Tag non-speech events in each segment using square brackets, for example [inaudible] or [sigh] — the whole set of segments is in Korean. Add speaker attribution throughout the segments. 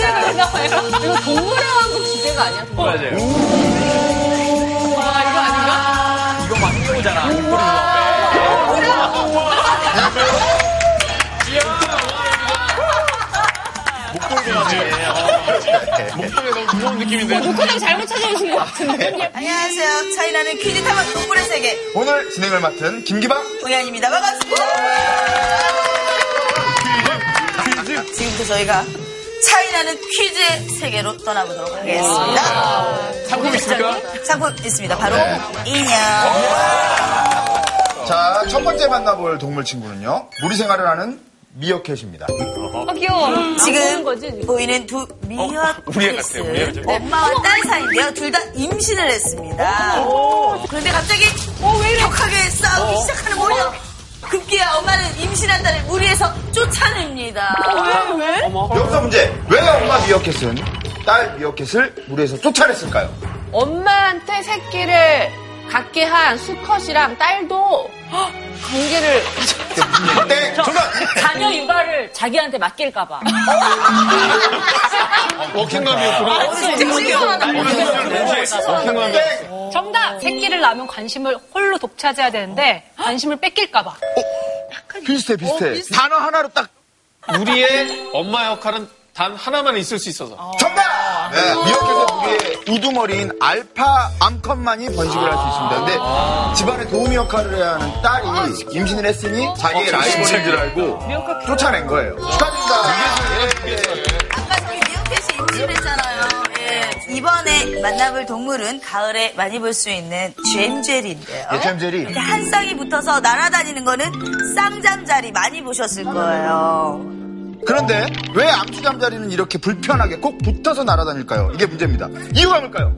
Speaker 1: 하나봐요.
Speaker 2: 이거 동물의 왕국 주제가 아니야? 동물.
Speaker 3: 맞아요.
Speaker 2: 아, 이거 아닌가?
Speaker 3: 이거 막 이거잖아.
Speaker 4: 목소리가 너무 무서운 느낌인데.
Speaker 2: 목화장 잘못 찾아오신 것 같은데.
Speaker 5: 안녕하세요. 차이나는 퀴즈 탐험 동물의 세계
Speaker 4: 오늘 진행을 맡은 김기방.
Speaker 5: 공연입니다. 반갑습니다. 지금부터 저희가 차이나는 퀴즈의 세계로 떠나보도록 하겠습니다.
Speaker 3: 상품 있습니까?
Speaker 5: 상품 있습니다. 바로 인형.
Speaker 4: 자, 첫 번째 만나볼 동물 친구는요. 무리 생활을 하는 미어캣입니다.
Speaker 2: 아, 귀여워.
Speaker 5: 지금
Speaker 2: 보는 거지, 지금?
Speaker 5: 보이는 두 미와
Speaker 3: 우리가
Speaker 5: 캐스.
Speaker 3: 같아요, 우리가 같아요.
Speaker 5: 엄마와 딸 사이인데요. 둘 다 임신을 했습니다. 그런데 갑자기 격하게 싸우기 시작하는 거예요. 급기야 엄마는 임신한 딸을 무리해서 쫓아냅니다.
Speaker 4: 여기서 문제. 왜 엄마 미어캣은 딸 미어캣을 무리에서 쫓아냈을까요?
Speaker 2: 엄마한테 새끼를 갖게 한 수컷이랑 딸도 관계를
Speaker 4: 네, 정답!
Speaker 1: 자녀 육아를 자기한테 맡길까봐.
Speaker 3: 어, 워킹맘이었구나.
Speaker 5: 아,
Speaker 3: 워킹맘이.
Speaker 1: 정답! 새끼를 낳으면 관심을 홀로 독차지해야 되는데,
Speaker 6: 어?
Speaker 1: 관심을 뺏길까봐.
Speaker 4: 비슷해, 비슷해.
Speaker 3: 단어 하나로 딱. 어, 우리의 엄마 역할은 단 하나만 있을 수 있어서.
Speaker 4: 정답! 네, 미어캣의 무리에 우두머리인 알파 암컷만이 번식을 할 수
Speaker 3: 아.
Speaker 4: 있습니다. 근데 집안의 도우미 역할을 해야 하는 딸이 임신을 했으니 자기의
Speaker 3: 어,
Speaker 4: 라이벌인
Speaker 3: 진짜.
Speaker 4: 줄 알고 쫓아낸 거예요. 축하드립니다.
Speaker 5: 아까 저기 미어캣이 임신했잖아요. 예. 이번에 만나볼 동물은 가을에 많이 볼 수 있는 잼젤인데요.
Speaker 3: 아.
Speaker 4: 예, 잼젤이.
Speaker 5: 이렇게 한 쌍이 붙어서 날아다니는 거는 쌍잠자리 많이 보셨을 거예요.
Speaker 4: 그런데 왜 암수잠자리는 이렇게 불편하게 꼭 붙어서 날아다닐까요? 이게 문제입니다. 이유가 뭘까요?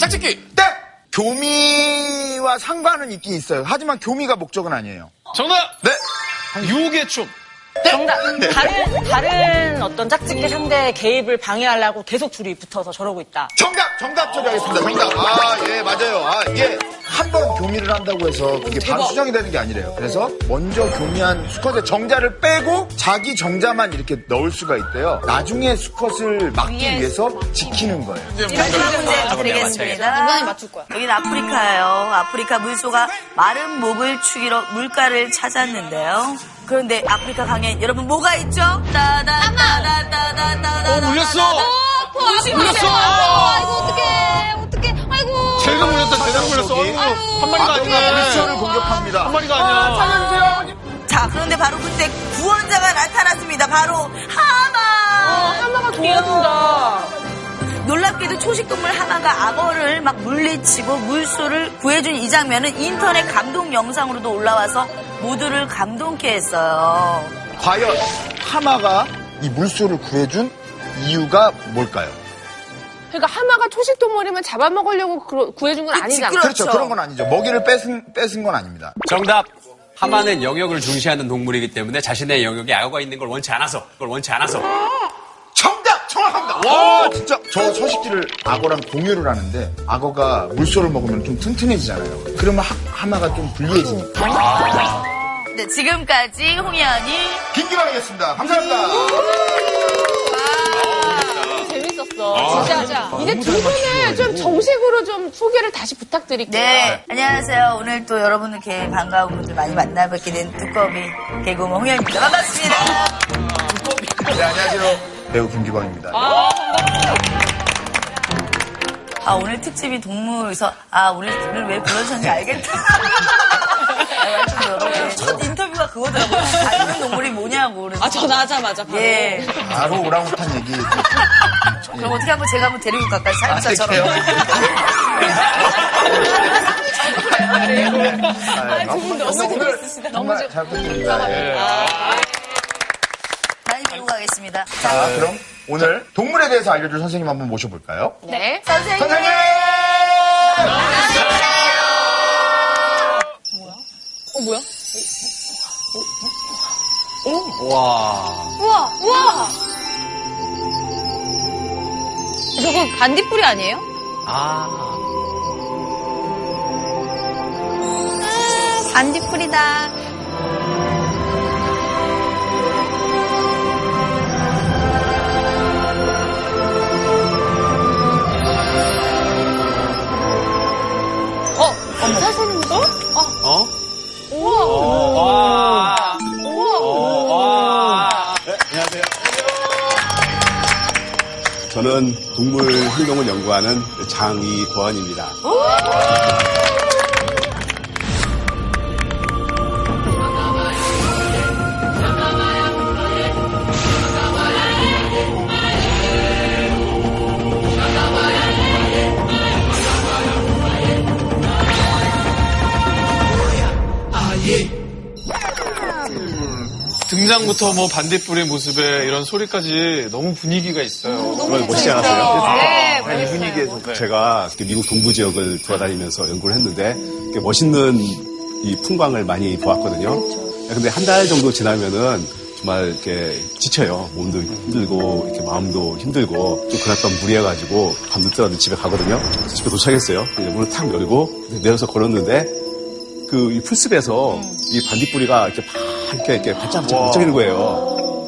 Speaker 3: 짝짓기!
Speaker 4: 땡! 교미와 상관은 있긴 있어요. 하지만 교미가 목적은 아니에요.
Speaker 3: 정답!
Speaker 4: 네.
Speaker 3: 유혹의 춤.
Speaker 6: 정답. 다른, 다른 어떤 짝짓기 상대의 개입을 방해하려고 계속 둘이 붙어서 저러고 있다.
Speaker 4: 정답! 정답 처리하겠습니다. 정답. 아, 예, 맞아요. 아, 이게 한 번 교미를 한다고 해서 그게 바로 수정이 되는 게 아니래요. 그래서 먼저 교미한 수컷의 정자를 빼고 자기 정자만 이렇게 넣을 수가 있대요. 나중에 수컷을 막기 위해서 지키는 거예요.
Speaker 5: 마지막 문제 드리겠습니다.
Speaker 2: 인간이 맞출 거야.
Speaker 5: 여기는 아프리카예요. 아프리카 물소가 마른 목을 축이러 물가를 찾았는데요. 그런데 아프리카 강엔 여러분 뭐가 있죠? 따다다다다다다다.
Speaker 3: 어, 울렸어. 울렸어.
Speaker 2: 아이고, 어떡해. 어떡해. 아이고.
Speaker 3: 제대로 물렸다, 제대로 물렸어.
Speaker 4: 저기.
Speaker 3: 어이구, 한 마리가
Speaker 4: 아프리카 물소를
Speaker 3: 예. 아니네.
Speaker 4: 공격합니다.
Speaker 3: 한 마리가 아니야.
Speaker 5: 자, 그런데 바로 그때 구원자가 나타났습니다. 바로 하마.
Speaker 6: 하마가 도와준다.
Speaker 5: 놀랍게도 초식동물 하마가 악어를 막 물리치고 물소를 구해준 이 장면은 인터넷 감동 영상으로도 올라와서 모두를 감동케 했어요.
Speaker 4: 과연 하마가 이 물소를 구해준 이유가 뭘까요?
Speaker 2: 그러니까 하마가 초식동물이면 잡아먹으려고 그러- 구해준 건
Speaker 5: 그치,
Speaker 2: 아니잖아.
Speaker 5: 그럼. 그렇죠.
Speaker 4: 그렇죠. 그런 건 아니죠. 먹이를 뺏은, 뺏은 건 아닙니다.
Speaker 7: 정답. 하마는 영역을 중시하는 동물이기 때문에 자신의 영역에 악어가 있는 걸 원치 않아서, 그걸 원치 않아서.
Speaker 4: 정답! 정확합니다! 와! 진짜 어. 저 서식지를 악어랑 공유를 하는데 악어가 물소를 먹으면 좀 튼튼해지잖아요. 그러면 하, 마가좀 불리해지니까.
Speaker 5: 네, 지금까지 홍현이
Speaker 4: 김기방이었습니다. 감사합니다.
Speaker 2: 재밌었어. 진짜. 이제 두 분을 좀 정식으로 좀 소개를 다시 부탁드릴게요.
Speaker 5: 네. 안녕하세요. 오늘 또 여러분 이렇게 반가운 분들 많이 만나뵙게 된 두꺼비 개구멍 홍현입니다. 반갑습니다.
Speaker 4: 네, 안녕하세요. 배우 김기방입니다.
Speaker 5: 아, 오늘 특집이 동물에서, 아, 우리, 오늘 왜 그러셨는지 알겠다. 아, 여하튼 여러분, 첫 인터뷰가 그거더라고요. 닮은 동물이 뭐냐고. 그래서.
Speaker 6: 아, 전화하자마자 바로.
Speaker 5: 예.
Speaker 4: 바로 오랑우탄 얘기.
Speaker 5: 그럼 어떻게 한번 제가 한번 데리고 갈까요?
Speaker 4: 어떡해요?
Speaker 5: 살인자처럼.
Speaker 4: 아, 두분 너무 오늘 정말 잘 부탁드립니다. 예.
Speaker 5: 많이 데리고 가겠습니다.
Speaker 7: 아,
Speaker 4: 자, 아, 그럼 오늘 동물에 대해서 알려줄 선생님 한번 모셔볼까요?
Speaker 2: 네.
Speaker 5: 선생님!
Speaker 4: 선생님!
Speaker 7: 와.
Speaker 2: 우와, 우와! 저거 반딧불이 아니에요?
Speaker 7: 아.
Speaker 2: 반딧불이다.
Speaker 8: 저는 동물 행동을 연구하는 장이권입니다.
Speaker 3: 등장부터 뭐 반딧불의 모습에 이런 소리까지 너무 분위기가 있어요.
Speaker 8: 정말 멋지지 않았어요?
Speaker 1: 네,
Speaker 4: 이 아, 분위기에서.
Speaker 8: 제가 이렇게 미국 동부 지역을 돌아다니면서 연구를 했는데 이렇게 멋있는 이 풍광을 많이 보았거든요. 근데 한 달 정도 지나면은 정말 이렇게 지쳐요. 몸도 힘들고 이렇게 마음도 힘들고 좀 그날 밤 무리해가지고 밤늦더라도 집에 가거든요. 그래서 집에 도착했어요. 근데 문을 탁 열고 내려서 걸었는데 그 이 풀숲에서 이 반딧불이가 이렇게 막 이렇게, 이렇게 반짝반짝 반짝이는 거예요.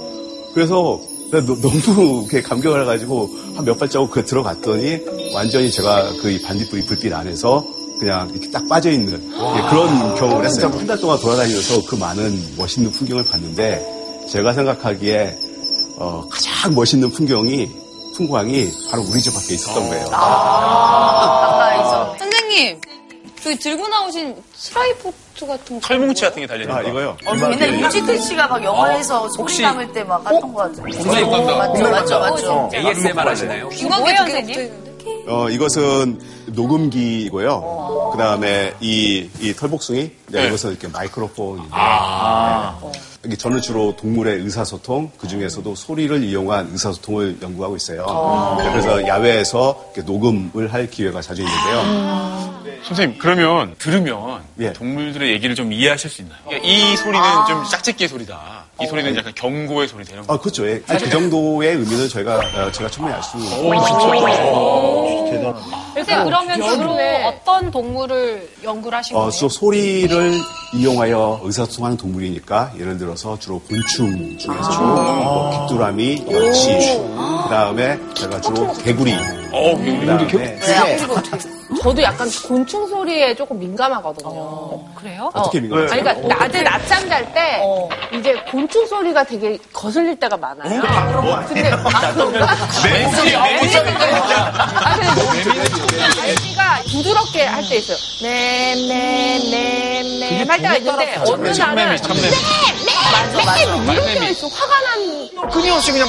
Speaker 8: 그래서 내가 너, 무 이렇게 감격을 해가지고 한 몇 발자국 그 들어갔더니 완전히 제가 그 이 반딧불이 불빛 안에서 그냥 이렇게 딱 빠져있는 예, 그런 경험을 했어요. 한 달 동안 돌아다니면서 그 많은 멋있는 풍경을 봤는데 제가 생각하기에 어, 가장 멋있는 풍경이 풍광이 바로 우리 집 밖에 있었던 거예요.
Speaker 7: 아,
Speaker 9: 선생님, 그 들고 나오신 스트라이프트 같은 거.
Speaker 10: 털뭉치 같은 게 달려있는
Speaker 8: 아,
Speaker 10: 거.
Speaker 8: 이거요?
Speaker 5: 어, 옛날 임지태 씨가 막 영화에서 소리
Speaker 7: 아, 혹시- 어?
Speaker 5: 담을 때 막 했던 거 같아요.
Speaker 7: 공사입 간다. 어.
Speaker 5: 맞죠, 맞죠, 맞죠.
Speaker 7: ASMR 하시나요?
Speaker 9: 중학교
Speaker 1: 뭐예요,
Speaker 9: 두 개가
Speaker 1: 선생님?
Speaker 9: 붙어있는데?
Speaker 8: 어, 이것은 녹음기이고요. 그 다음에 이, 이 털복숭이, 네, 이것은 이렇게 마이크로폰인데. 네. 이게 저는 주로 동물의 의사소통, 그 중에서도 소리를 이용한 의사소통을 연구하고 있어요. 네, 그래서 야외에서 이렇게 녹음을 할 기회가 자주 있는데요.
Speaker 10: 선생님, 그러면 들으면
Speaker 8: 예.
Speaker 10: 동물들의 얘기를 좀 이해하실 수 있나요? 그러니까 이
Speaker 3: 아.
Speaker 10: 소리는 좀 짝짓기의 소리다. 이 소리는 약간 경고의 소리 되는 거.
Speaker 8: 아, 그렇죠. 예. 아니, 그 정도의 의미는 저희가, 어, 제가 충분히 알 수 있는.
Speaker 2: 네.
Speaker 1: 근데 그러면 주로 어떤 동물을 연구를 하신
Speaker 8: 어,
Speaker 1: 거예요?
Speaker 8: 소, 소리를 이용하여 의사소통하는 동물이니까 예를 들어서 주로 곤충 중에서
Speaker 2: 아.
Speaker 8: 뭐 귀뚜라미, 멸치, 그 다음에 제가 주로 개구리,
Speaker 10: 어,
Speaker 8: 그
Speaker 10: 우리
Speaker 8: 다음에
Speaker 2: 저도 약간 곤충 소리에 조금 민감하거든요.
Speaker 1: 어, 그래요?
Speaker 8: 어떻게 민감해요?
Speaker 2: 아니, 그러니까 낮에 낮잠 잘 때 이제 곤충 소리가 되게 거슬릴 때가 어? 많아요. 근데 아, 그런가? 아, 근데 곤충 날씨가 부드럽게 할 때 있어요. 맴맴맴맴 할 때가 있는데 어느 날은
Speaker 3: 참매.
Speaker 2: 맴맴 이런 때가 있어. 화가 난
Speaker 4: 끊임없이 그냥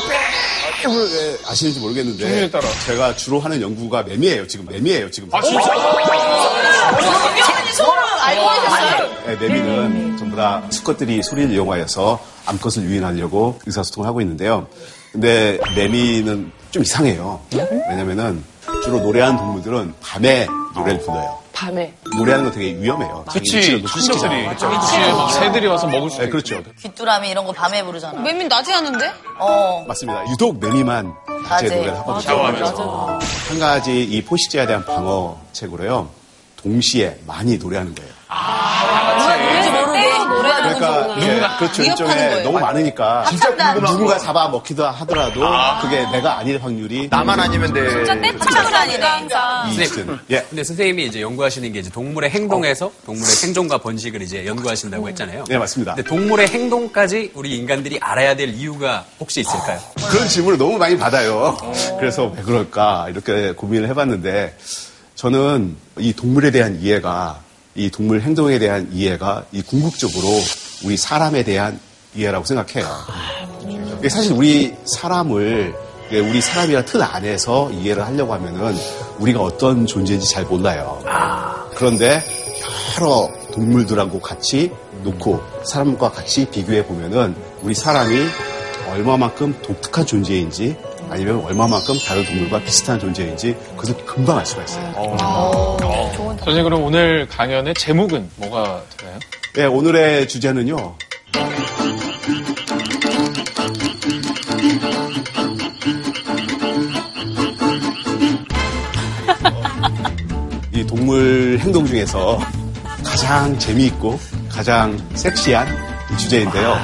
Speaker 8: 예, 아시는지 모르겠는데
Speaker 3: 따라.
Speaker 8: 제가 주로 하는 연구가 매미예요. 지금 매미예요. 지금. 아, 진짜?
Speaker 1: 어,
Speaker 6: 아,
Speaker 5: 당연히 소름 알고 계셨어요?
Speaker 8: 네, 매미는
Speaker 2: 음.
Speaker 8: 전부 다 수컷들이 소리를 이용하여서 암컷을 유인하려고 의사소통을 하고 있는데요. 근데 매미는 좀 이상해요. 왜냐면은 주로 노래하는 동물들은 밤에 노래를 불러요.
Speaker 2: 밤에
Speaker 8: 노래하는 거 되게 위험해요.
Speaker 10: 그치, 수식들이.
Speaker 3: 아,
Speaker 10: 그치, 막 새들이
Speaker 3: 새들이 와서 먹을 수
Speaker 8: 네,
Speaker 3: 있고.
Speaker 8: 그렇죠.
Speaker 5: 귀뚜라미 이런 거 밤에 부르잖아.
Speaker 9: 맨민 낮에 하는데?
Speaker 5: 어.
Speaker 8: 맞습니다. 유독 매미만 낮에
Speaker 5: 낮에.
Speaker 8: 노래를 하거든요.
Speaker 10: 샤워하면서.
Speaker 8: 한 가지 이 포식자에 대한 방어책으로요. 동시에 많이 노래하는 거예요.
Speaker 5: 누가 누군지 모르고 노래하는 거지.
Speaker 8: 그러니까 누군가 그렇죠.
Speaker 9: 아, 위협하는
Speaker 8: 일종의
Speaker 9: 거예요.
Speaker 8: 너무 많으니까
Speaker 5: 진짜 궁금한 거.
Speaker 8: 누군가 잡아 먹히다 하더라도
Speaker 9: 아.
Speaker 8: 그게 내가 아닐 확률이
Speaker 4: 나만 아니면 돼.
Speaker 5: 깜짝 놀라니까.
Speaker 8: 이
Speaker 7: 선생님,
Speaker 8: 있음. 예.
Speaker 7: 근데 선생님이 이제 연구하시는 게 이제 동물의 행동에서 동물의 생존과 번식을 이제 연구하신다고 했잖아요.
Speaker 8: 네, 맞습니다.
Speaker 7: 근데 동물의 행동까지 우리 인간들이 알아야 될 이유가 혹시 있을까요?
Speaker 8: 그런 질문을 너무 많이 받아요. 그래서 왜 그럴까 이렇게 고민을 해봤는데 저는 이 동물에 대한 이해가 이 동물 행동에 대한 이해가 이 궁극적으로 우리 사람에 대한 이해라고 생각해요. 이게 사실 우리 사람을 이게 우리 사람이라 틀 안에서 이해를 하려고 하면은 우리가 어떤 존재인지 잘 몰라요. 그런데 여러 동물들하고 같이 놓고 사람과 같이 비교해 보면은 우리 사람이 얼마만큼 독특한 존재인지 아니면 얼마만큼 다른 동물과 비슷한 존재인지 그것을 금방 알 수가 있어요.
Speaker 3: 선생님, 그럼 오늘 강연의 제목은 뭐가 되나요?
Speaker 8: 네, 오늘의 주제는요. 이 동물 행동 중에서 가장 재미있고 가장 섹시한 이 주제인데요.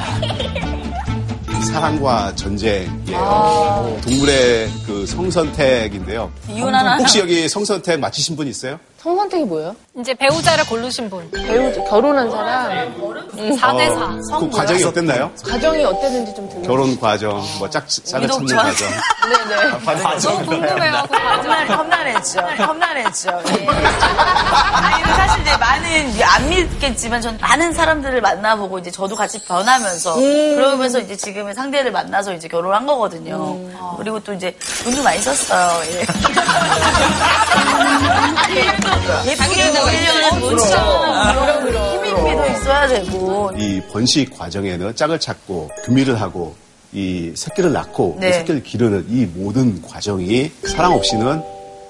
Speaker 8: 사랑과 전쟁이에요. 동물의 그 성선택인데요.
Speaker 5: 이혼하나?
Speaker 8: 혹시 여기 성선택 맞히신 분 있어요?
Speaker 2: 성선택이 뭐예요?
Speaker 1: 이제 배우자를 고르신 분.
Speaker 2: 배우 결혼한 사람
Speaker 1: 4대4.
Speaker 8: 어, 그 과정이 어땠나요?
Speaker 2: 가정이 어땠는지 좀 들려.
Speaker 8: 결혼 과정, 뭐 짝, 짝을 찾는
Speaker 5: 유독 저-
Speaker 8: 과정.
Speaker 5: [laughs] 네네.
Speaker 8: 아,
Speaker 5: 아,
Speaker 8: 과정.
Speaker 1: 궁금해요.
Speaker 5: 험난, 험난했죠. 험난했죠.
Speaker 1: 네.
Speaker 6: 네.
Speaker 5: 예. 아니, 근데 사실 이제 많은, 안 믿겠지만 전 많은 사람들을 만나보고 이제 저도 같이 변하면서
Speaker 1: 음.
Speaker 5: 그러면서 이제 지금의 상대를 만나서 이제 결혼한 거거든요.
Speaker 1: 음. 아.
Speaker 5: 그리고 또 이제 돈도 많이 썼어요.
Speaker 1: [laughs]
Speaker 5: 예. 예쁘게 보이려면 돈 쓰고 힘이 있어야 되고.
Speaker 8: 이 번식 과정에는 짝을 찾고 규미를 하고 이 새끼를 낳고
Speaker 5: 네.
Speaker 8: 이 새끼를 기르는 이 모든 과정이 사랑 없이는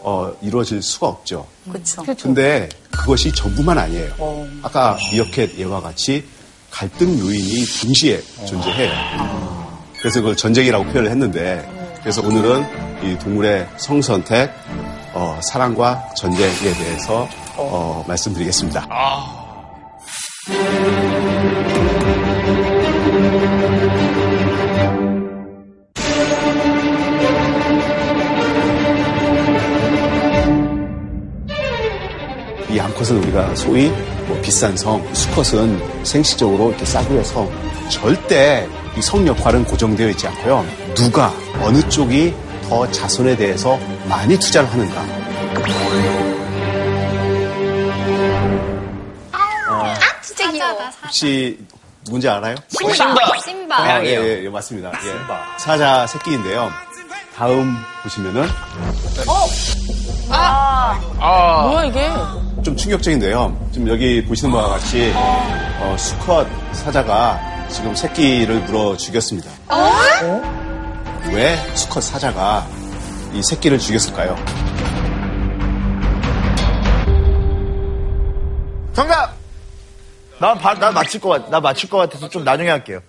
Speaker 8: 어, 이루어질 수가 없죠.
Speaker 5: 그쵸.
Speaker 8: 근데 그것이 전부만 아니에요. 아까 미어캣 예와 같이 갈등 요인이 동시에 존재해요. 그래서 그걸 전쟁이라고 표현을 했는데 그래서 오늘은 이 동물의 성선택, 어, 사랑과 전쟁에 대해서 어, 말씀드리겠습니다. 이 암컷은 우리가 소위 뭐 비싼 성, 수컷은 생식적으로 이렇게 싸구려 성. 절대 이 성 역할은 고정되어 있지 않고요. 누가 어느 쪽이 더 자손에 대해서 많이 투자를 하는가.
Speaker 9: 아, 진짜 귀여워.
Speaker 8: 혹시 누군지 알아요?
Speaker 9: 심바. 심바.
Speaker 8: 아, 예, 예, 예, 맞습니다. 예. 사자 새끼인데요. 다음 보시면은
Speaker 2: 뭐야 이게?
Speaker 8: 좀 충격적인데요. 지금 여기 보시는 바와 같이 어, 수컷 사자가 지금 새끼를 물어 어? 죽였습니다. 왜 수컷 사자가 이 새끼를 죽였을까요?
Speaker 11: 정답! 난, 바, 난 맞출 것 같, 나 맞출 것 같아서 좀 나중에 할게요.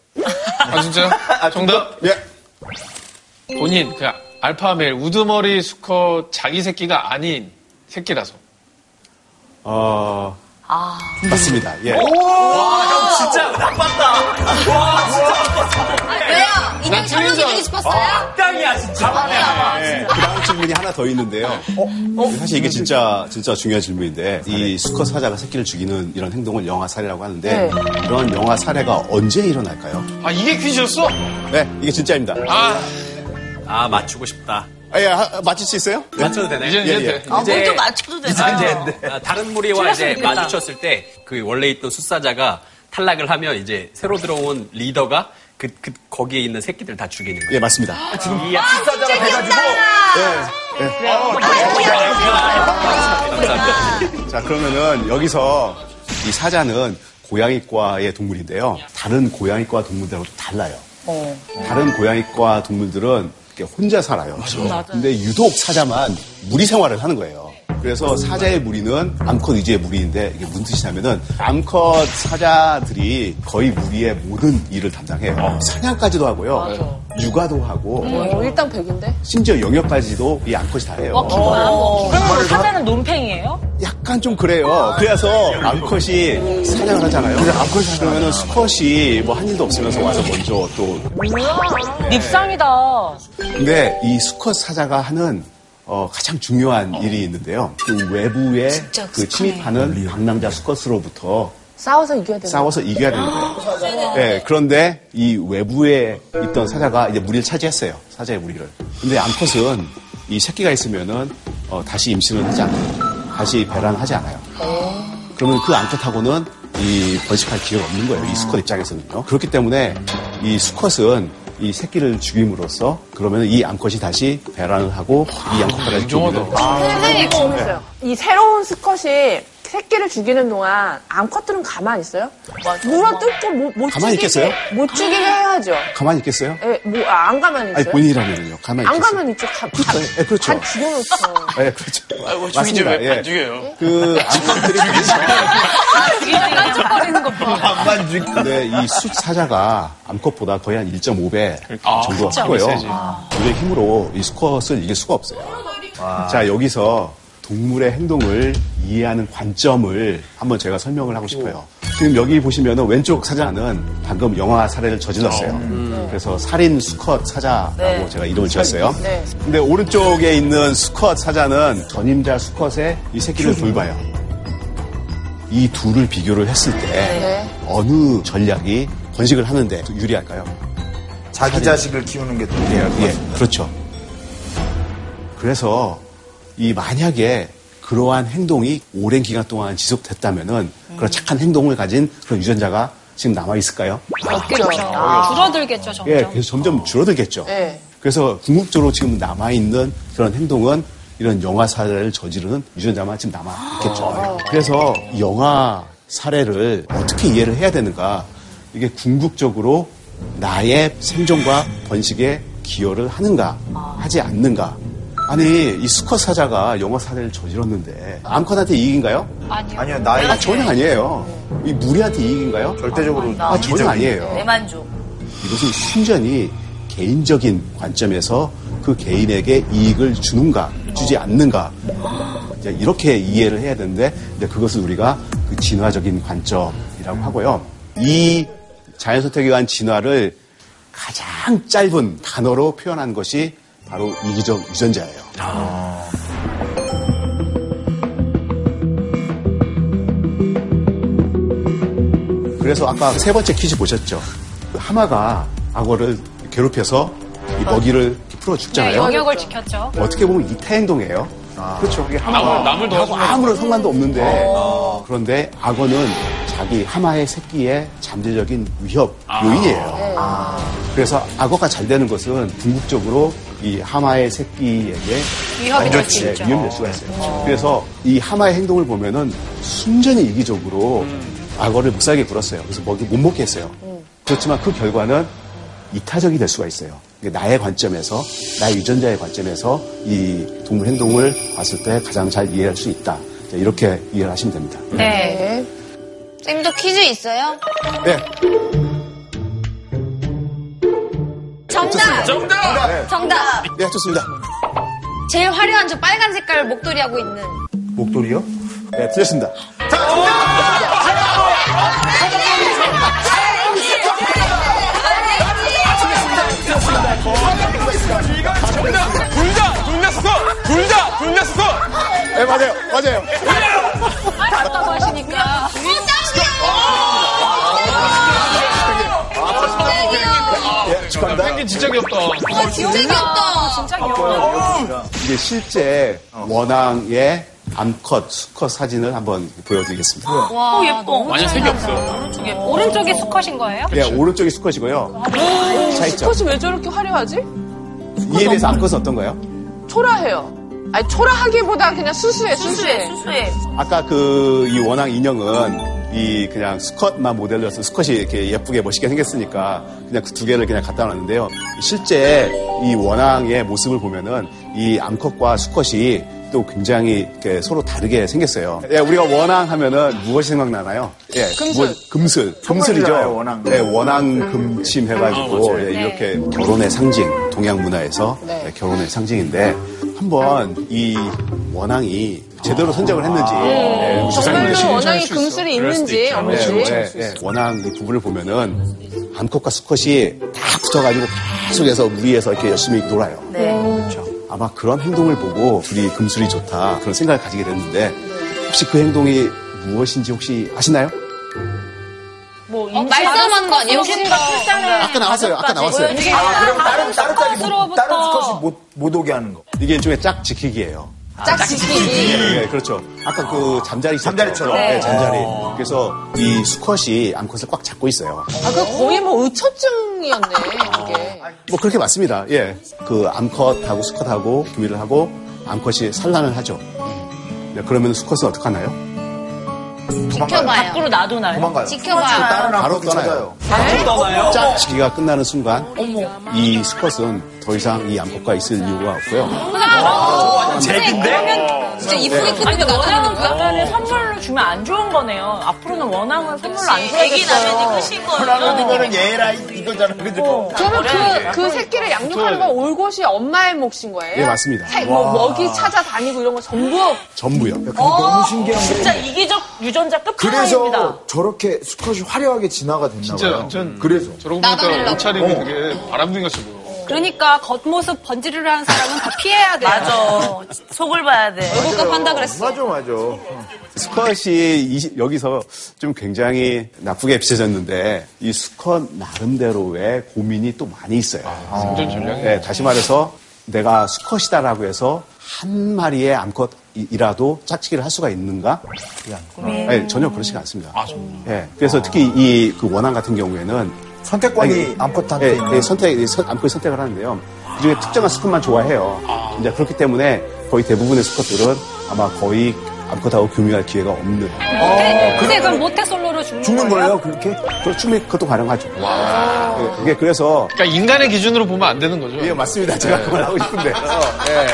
Speaker 3: 아, 진짜요? 정답?
Speaker 8: 예.
Speaker 3: 본인, 그 알파멜, 우두머리 수컷 자기 새끼가 아닌 새끼라서.
Speaker 8: 어, 맞습니다. 예.
Speaker 11: 진짜 나빴다.
Speaker 9: 왜요? 인형
Speaker 3: 찔린
Speaker 9: 설명해
Speaker 3: 줄
Speaker 9: 주고 싶었어요?
Speaker 11: 땅이야, 진짜.
Speaker 8: 예. 그 다음 어? 질문이 하나 더 있는데요. 예, 사실 이게 진짜 진짜 중요한 질문인데 이 수컷 사자가 새끼를 죽이는 이런 행동을 영화 사례라고 하는데 이런 영화 사례가 언제 일어날까요?
Speaker 3: 아, 이게 퀴즈였어?
Speaker 8: 네, 이게 진짜입니다.
Speaker 3: 아,
Speaker 7: 아, 맞추고 싶다.
Speaker 8: 아, 예, 하- 맞출 수 있어요?
Speaker 7: 맞춰도 되나요?
Speaker 3: 이제,
Speaker 8: 예,
Speaker 3: 이제
Speaker 8: 예.
Speaker 3: 돼.
Speaker 5: 아, 뭘또 맞춰도 되나요?
Speaker 7: 아, 다른 무리와 이제 마주쳤을 때 그 원래 있던 숫사자가 탈락을 하면 이제 새로 들어온 리더가 그, 그 거기에 있는 새끼들 다 죽이는 거예요.
Speaker 8: 예, 맞습니다.
Speaker 11: 진짜자가 돼가지고.
Speaker 8: 자, 그러면은 여기서 이 사자는 고양이과의 동물인데요. 다른 고양이과 동물들하고 달라요. 어. 다른 고양이과 동물들은 이렇게 혼자 살아요. 그렇죠? 근데 유독 사자만 무리 생활을 하는 거예요. 그래서 사자의 무리는 암컷 위주의 무리인데 이게 무슨 뜻이냐면은 암컷 사자들이 거의 무리의 모든 일을 담당해요. 사냥까지도 하고요. 육아도 음. 하고
Speaker 2: 어, 일당 100인데?
Speaker 8: 심지어 영역까지도 이 암컷이 다 해요.
Speaker 6: 뭐 그러면 사자는 논팽이에요?
Speaker 8: 약간 좀 그래요. 그래서 암컷이 사냥을 하잖아요. 암컷이 그러면은 수컷이 뭐 한 일도 없으면서 와서 먼저 또.
Speaker 6: 밉상이다.
Speaker 8: 근데 이 수컷 사자가 하는 어, 가장 중요한 일이 있는데요. 그 외부에 그 침입하는 방랑자 수컷으로부터
Speaker 2: 싸워서 이겨야 되는
Speaker 8: 싸워서 이겨야 되는
Speaker 2: [gasps]
Speaker 8: 거예요. 예, 그런데 이 외부에 있던 사자가 이제 무리를 차지했어요. 사자의 무리를. 근데 암컷은 이 새끼가 있으면은 어, 다시 임신을 하지 않아요. 다시 배란을 하지 않아요. 그러면 그 암컷하고는 이 번식할 기회가 없는 거예요. 이 수컷 입장에서는요. 그렇기 때문에 이 수컷은 이 새끼를 죽임으로써 그러면 이 암컷이 다시 배란을 하고 이 암컷까지 죽이는
Speaker 9: 선생님,
Speaker 2: 거예요. 이 새로운 스컷이 새끼를 죽이는 동안 암컷들은 가만히 있어요? 물어 뜯고 못, 못
Speaker 8: 가만히
Speaker 2: 죽이게-
Speaker 8: 있겠어요?
Speaker 2: 못 죽이게 해야죠.
Speaker 8: 가만히 있겠어요?
Speaker 2: 예, 뭐, 아, 안 가만히 있어요?
Speaker 8: 아니 본인이라면요. 가만히
Speaker 2: 안
Speaker 8: 있겠어요?
Speaker 2: 가만히 있죠. 가, 가,
Speaker 8: 그렇죠. 예, 그렇죠.
Speaker 2: 다 죽여놓고.
Speaker 8: 예, 그렇죠.
Speaker 10: 아이고, 죽이지 왜 안 죽여요?
Speaker 8: 그 암컷들이
Speaker 1: 딴짓거리는 거 봐.
Speaker 11: 안만 죽
Speaker 8: 근데 네, 이 수사자가 암컷보다 거의 한 1.5배
Speaker 10: 아,
Speaker 8: 정도 하고요. 우리의 힘으로 이 수컷을 이길 수가 없어요.
Speaker 12: 아.
Speaker 8: 자, 여기서 동물의 행동을 이해하는 관점을 한번 제가 설명을 하고 싶어요. 지금 여기 보시면은 왼쪽 사자는 방금 영화 살해를 저질렀어요. 그래서 살인 수컷 사자라고
Speaker 12: 음. 네.
Speaker 8: 제가 이름을 지었어요.
Speaker 12: 네.
Speaker 8: 근데 오른쪽에 있는 수컷 사자는 전임자 수컷의 이 새끼를 돌봐요. 이 둘을 비교를 했을 때
Speaker 12: 네.
Speaker 8: 어느 전략이 번식을 하는데 유리할까요?
Speaker 4: 자기 자식을 키우는 게 더 중요할 것
Speaker 8: 예, 그렇죠. 그래서 이 만약에 그러한 행동이 오랜 기간 동안 지속됐다면은 그런 착한 행동을 가진 그런 유전자가 지금 남아 있을까요?
Speaker 2: 그렇죠.
Speaker 1: 없겠죠.
Speaker 8: 아.
Speaker 1: 줄어들겠죠, 점점.
Speaker 8: 예, 그래서 점점 줄어들겠죠.
Speaker 1: 네.
Speaker 8: 그래서 궁극적으로 지금 남아 있는 그런 행동은 이런 영화 사례를 저지르는 유전자만 지금 남아 있겠죠. 그래서 이 영화 사례를 어떻게 이해를 해야 되는가? 이게 궁극적으로 나의 생존과 번식에 기여를 하는가
Speaker 1: 아.
Speaker 8: 하지 않는가? 아니 이 수컷 사자가 영화 사례를 저질렀는데 암컷한테 이익인가요?
Speaker 1: 아니요.
Speaker 4: 아니요, 나의-
Speaker 8: 아, 전혀 아니에요. 이 무리한테 이익인가요? 절대적으로 아, 전혀 아니에요.
Speaker 5: 대만족.
Speaker 8: 이것은 순전히 개인적인 관점에서 그 개인에게 이익을 주는가, 주지 않는가. 이제 이렇게 이해를 해야 되는데, 근데 그것을 우리가 그 진화적인 관점이라고 하고요. 이 자연 선택에 관한 진화를 가장 짧은 단어로 표현한 것이 바로 이기적 유전자예요. 그래서 아까 세 번째 퀴즈 보셨죠? 그 하마가 악어를 괴롭혀서 이 먹이를 이렇게 풀어
Speaker 1: 네,
Speaker 8: 죽잖아요.
Speaker 1: 영역을 지켰죠.
Speaker 8: 어떻게 보면 이태 행동이에요. 그렇죠. 그게 하마가
Speaker 3: 남을- 남을 도와주는
Speaker 8: 하고 아무런 상관도 없는데 아, 그런데 악어는 자기 하마의 새끼의 잠재적인 위협 요인이에요. 아. 그래서 악어가 잘 되는 것은 궁극적으로 이 하마의 새끼에게
Speaker 1: 위협이 될수
Speaker 8: 네,
Speaker 1: 있죠.
Speaker 8: 위협이 될 수가 있어요. 그래서 이 하마의 행동을 보면은 순전히 이기적으로 악어를 묵살게 굴었어요. 그래서 먹이 못 먹게 했어요. 그렇지만 그 결과는 이타적이 될 수가 있어요. 이게 나의 관점에서, 나의 유전자의 관점에서 이 동물 행동을 봤을 때 가장 잘 이해할 수 있다. 자, 이렇게 이해를 하시면 됩니다.
Speaker 9: 네. 선생님 또 퀴즈 있어요?
Speaker 8: 네.
Speaker 9: 정답!
Speaker 8: 정답! 네.
Speaker 9: 정답!
Speaker 8: 네, 좋습니다.
Speaker 9: 제일 화려한 저 빨간 색깔 목도리 하고 있는.
Speaker 8: 목도리요? 네, 틀렸습니다.
Speaker 10: 둘다 둘다 수컷 둘다 둘다 수컷
Speaker 8: 네 맞아요 맞아요
Speaker 1: 알았다고 하시니까.
Speaker 8: 예, 축하합니다.
Speaker 3: 펭귄 진짜 귀엽다.
Speaker 9: 진짜 귀엽다. 진짜
Speaker 1: 귀여워.
Speaker 8: 이게 실제 원앙의 암컷, 수컷 사진을 한번 보여드리겠습니다.
Speaker 1: 와,
Speaker 5: 아,
Speaker 1: 예뻐. 너무
Speaker 8: 완전
Speaker 1: 잘
Speaker 8: 색이
Speaker 1: 나온다.
Speaker 8: 없어요.
Speaker 1: 오른쪽에, 오른쪽이 수컷인 거예요?
Speaker 8: 예, 오른쪽이 수컷이고요. 차 있죠.
Speaker 2: 아, 수컷이 왜 저렇게 화려하지?
Speaker 8: 이에 비해서 암컷은 어떤가요?
Speaker 2: 초라해요. 아니 초라하기보다 그냥 수수해, 수수해.
Speaker 5: 수수해.
Speaker 8: 아까 그 이 원앙 인형은 이 그냥 수컷만 모델로서 수컷이 이렇게 예쁘게 멋있게 생겼으니까 그냥 그 두 개를 그냥 갖다 놨는데요. 실제 이 원앙의 모습을 보면은 이 암컷과 수컷이 또 굉장히 이렇게 서로 다르게 생겼어요. 예, 우리가 원앙 하면은 무엇이 생각나나요? 예,
Speaker 4: 금슬.
Speaker 8: 무엇- 금슬. 금슬이죠.
Speaker 4: 성물이잖아요, 원앙.
Speaker 8: 네, 원앙 금침 해가지고
Speaker 4: 아, 맞아요.
Speaker 8: 예, 이렇게 결혼의 상징, 동양 문화에서 예, 결혼의 상징인데 한번 이 원앙이 제대로 선정을 했는지 예, 우리
Speaker 2: 정말로
Speaker 8: 조상님들이
Speaker 2: 원앙이 금슬이 있는지 없는지.
Speaker 8: 네, 네, 네. 원앙 그 부부를 보면은 암컷과 수컷이 다 붙어가지고 계속해서 무리해서 이렇게 열심히 놀아요. 그렇죠. 아마 그런 행동을 보고 둘이 금술이 좋다 그런 생각을 가지게 됐는데 혹시 그 행동이 무엇인지 혹시 아시나요?
Speaker 6: 뭐
Speaker 8: 네.
Speaker 9: 어, 말싸움하는 거 아니에요? 혹시
Speaker 8: 아까 나왔어요. 아까 나왔어요.
Speaker 4: 아, 그럼 다른, 다른 짝이, 못- 다른 수컷이 못,
Speaker 8: 못 오게 하는 거. 이게 일종의 짝 지키기예요.
Speaker 4: 짝짓기.
Speaker 8: 예, 그렇죠. 아까 그 잠자리
Speaker 4: 음. 잠자리처럼.
Speaker 8: 네, 잠자리.
Speaker 4: 어.
Speaker 8: 그래서 이 수컷이 암컷을 꽉 잡고 있어요.
Speaker 2: 아, 그 거의 뭐 의처증이었네, 이게.
Speaker 8: 뭐 그렇게 맞습니다. 예. 그 암컷하고 수컷하고 교미를 하고 암컷이 산란을 하죠. 네, 그러면 수컷은 어떻게 하나요?
Speaker 9: 지켜봐요.
Speaker 6: 밖으로 놔두나요?
Speaker 8: 도망가요.
Speaker 9: 지켜봐요.
Speaker 8: 바로 떠나요. 네? 짝짓기가 끝나는 순간 이 수컷은 더 이상 이 암컷과 있을 이유가 없고요.
Speaker 6: 그러면
Speaker 9: 진짜
Speaker 8: 이쁘게
Speaker 6: 아니 근데
Speaker 9: 키우고 나가는
Speaker 6: 원앙은
Speaker 9: 거야?
Speaker 1: 어.
Speaker 6: 그러면은 선물로 주면 안 좋은 거네요. 앞으로는 원앙은 선물로 안
Speaker 9: 그치. 애기
Speaker 6: 줘야겠어요.
Speaker 9: 나면
Speaker 6: 끝인
Speaker 4: 하라는 거는 얘라 이거잖아. 그죠?
Speaker 2: 그러면 그, 그 새끼를 양육하는 건 올곧이 엄마의 몫인 거예요?
Speaker 8: 예, 맞습니다.
Speaker 2: 새, 뭐
Speaker 8: 와.
Speaker 2: 먹이 찾아다니고 이런 거 전부.
Speaker 8: 전부요.
Speaker 6: 진짜 이기적 유전자급 차이입니다.
Speaker 4: 그래서 저렇게 수컷이 화려하게 진화가 됐나
Speaker 10: 진짜
Speaker 4: 봐요.
Speaker 10: 완전
Speaker 4: 그래서
Speaker 10: 저러고 보니까 옷차림이
Speaker 8: 어.
Speaker 10: 되게 바람둥이 같이 보여.
Speaker 1: 그러니까 겉모습 번지르르 하는 사람은 다 피해야 돼요.
Speaker 5: 맞아. 속을 봐야 돼.
Speaker 1: 얼굴값 한다 그랬어.
Speaker 4: 맞아 맞아.
Speaker 8: 수컷이 이- 여기서 좀 굉장히 나쁘게 비춰졌는데 이 수컷 나름대로의 고민이 또 많이 있어요.
Speaker 10: 아, 생존 전략이.
Speaker 8: 네, 다시 말해서 내가 수컷이다라고 해서 한 마리의 암컷이라도 짝짓기를 할 수가 있는가?
Speaker 10: 고민.
Speaker 8: 네, 전혀 그렇지가 않습니다.
Speaker 10: 아,
Speaker 8: 예, 그래서 특히 이 그 원앙 같은 경우에는
Speaker 4: 선택권이 암컷한테
Speaker 8: 예,
Speaker 4: 있는.
Speaker 8: 예, 선택 이 선- 암컷이 선택을 하는데요. 그중에 특정한 수컷만 좋아해요. 이제 그렇기 때문에 거의 대부분의 수컷들은 아마 거의 암컷하고 교미할 기회가 없는.
Speaker 1: 근데 근데 그럼 모태솔로로 죽는,
Speaker 8: 그렇게? 그렇죠. 충분히 그것도 가능하죠. 예, 그게 그래서
Speaker 10: 그러니까 인간의 기준으로 보면 안 되는 거죠. 예,
Speaker 8: 맞습니다. 제가 그걸 하고 싶은데요. 어, 예,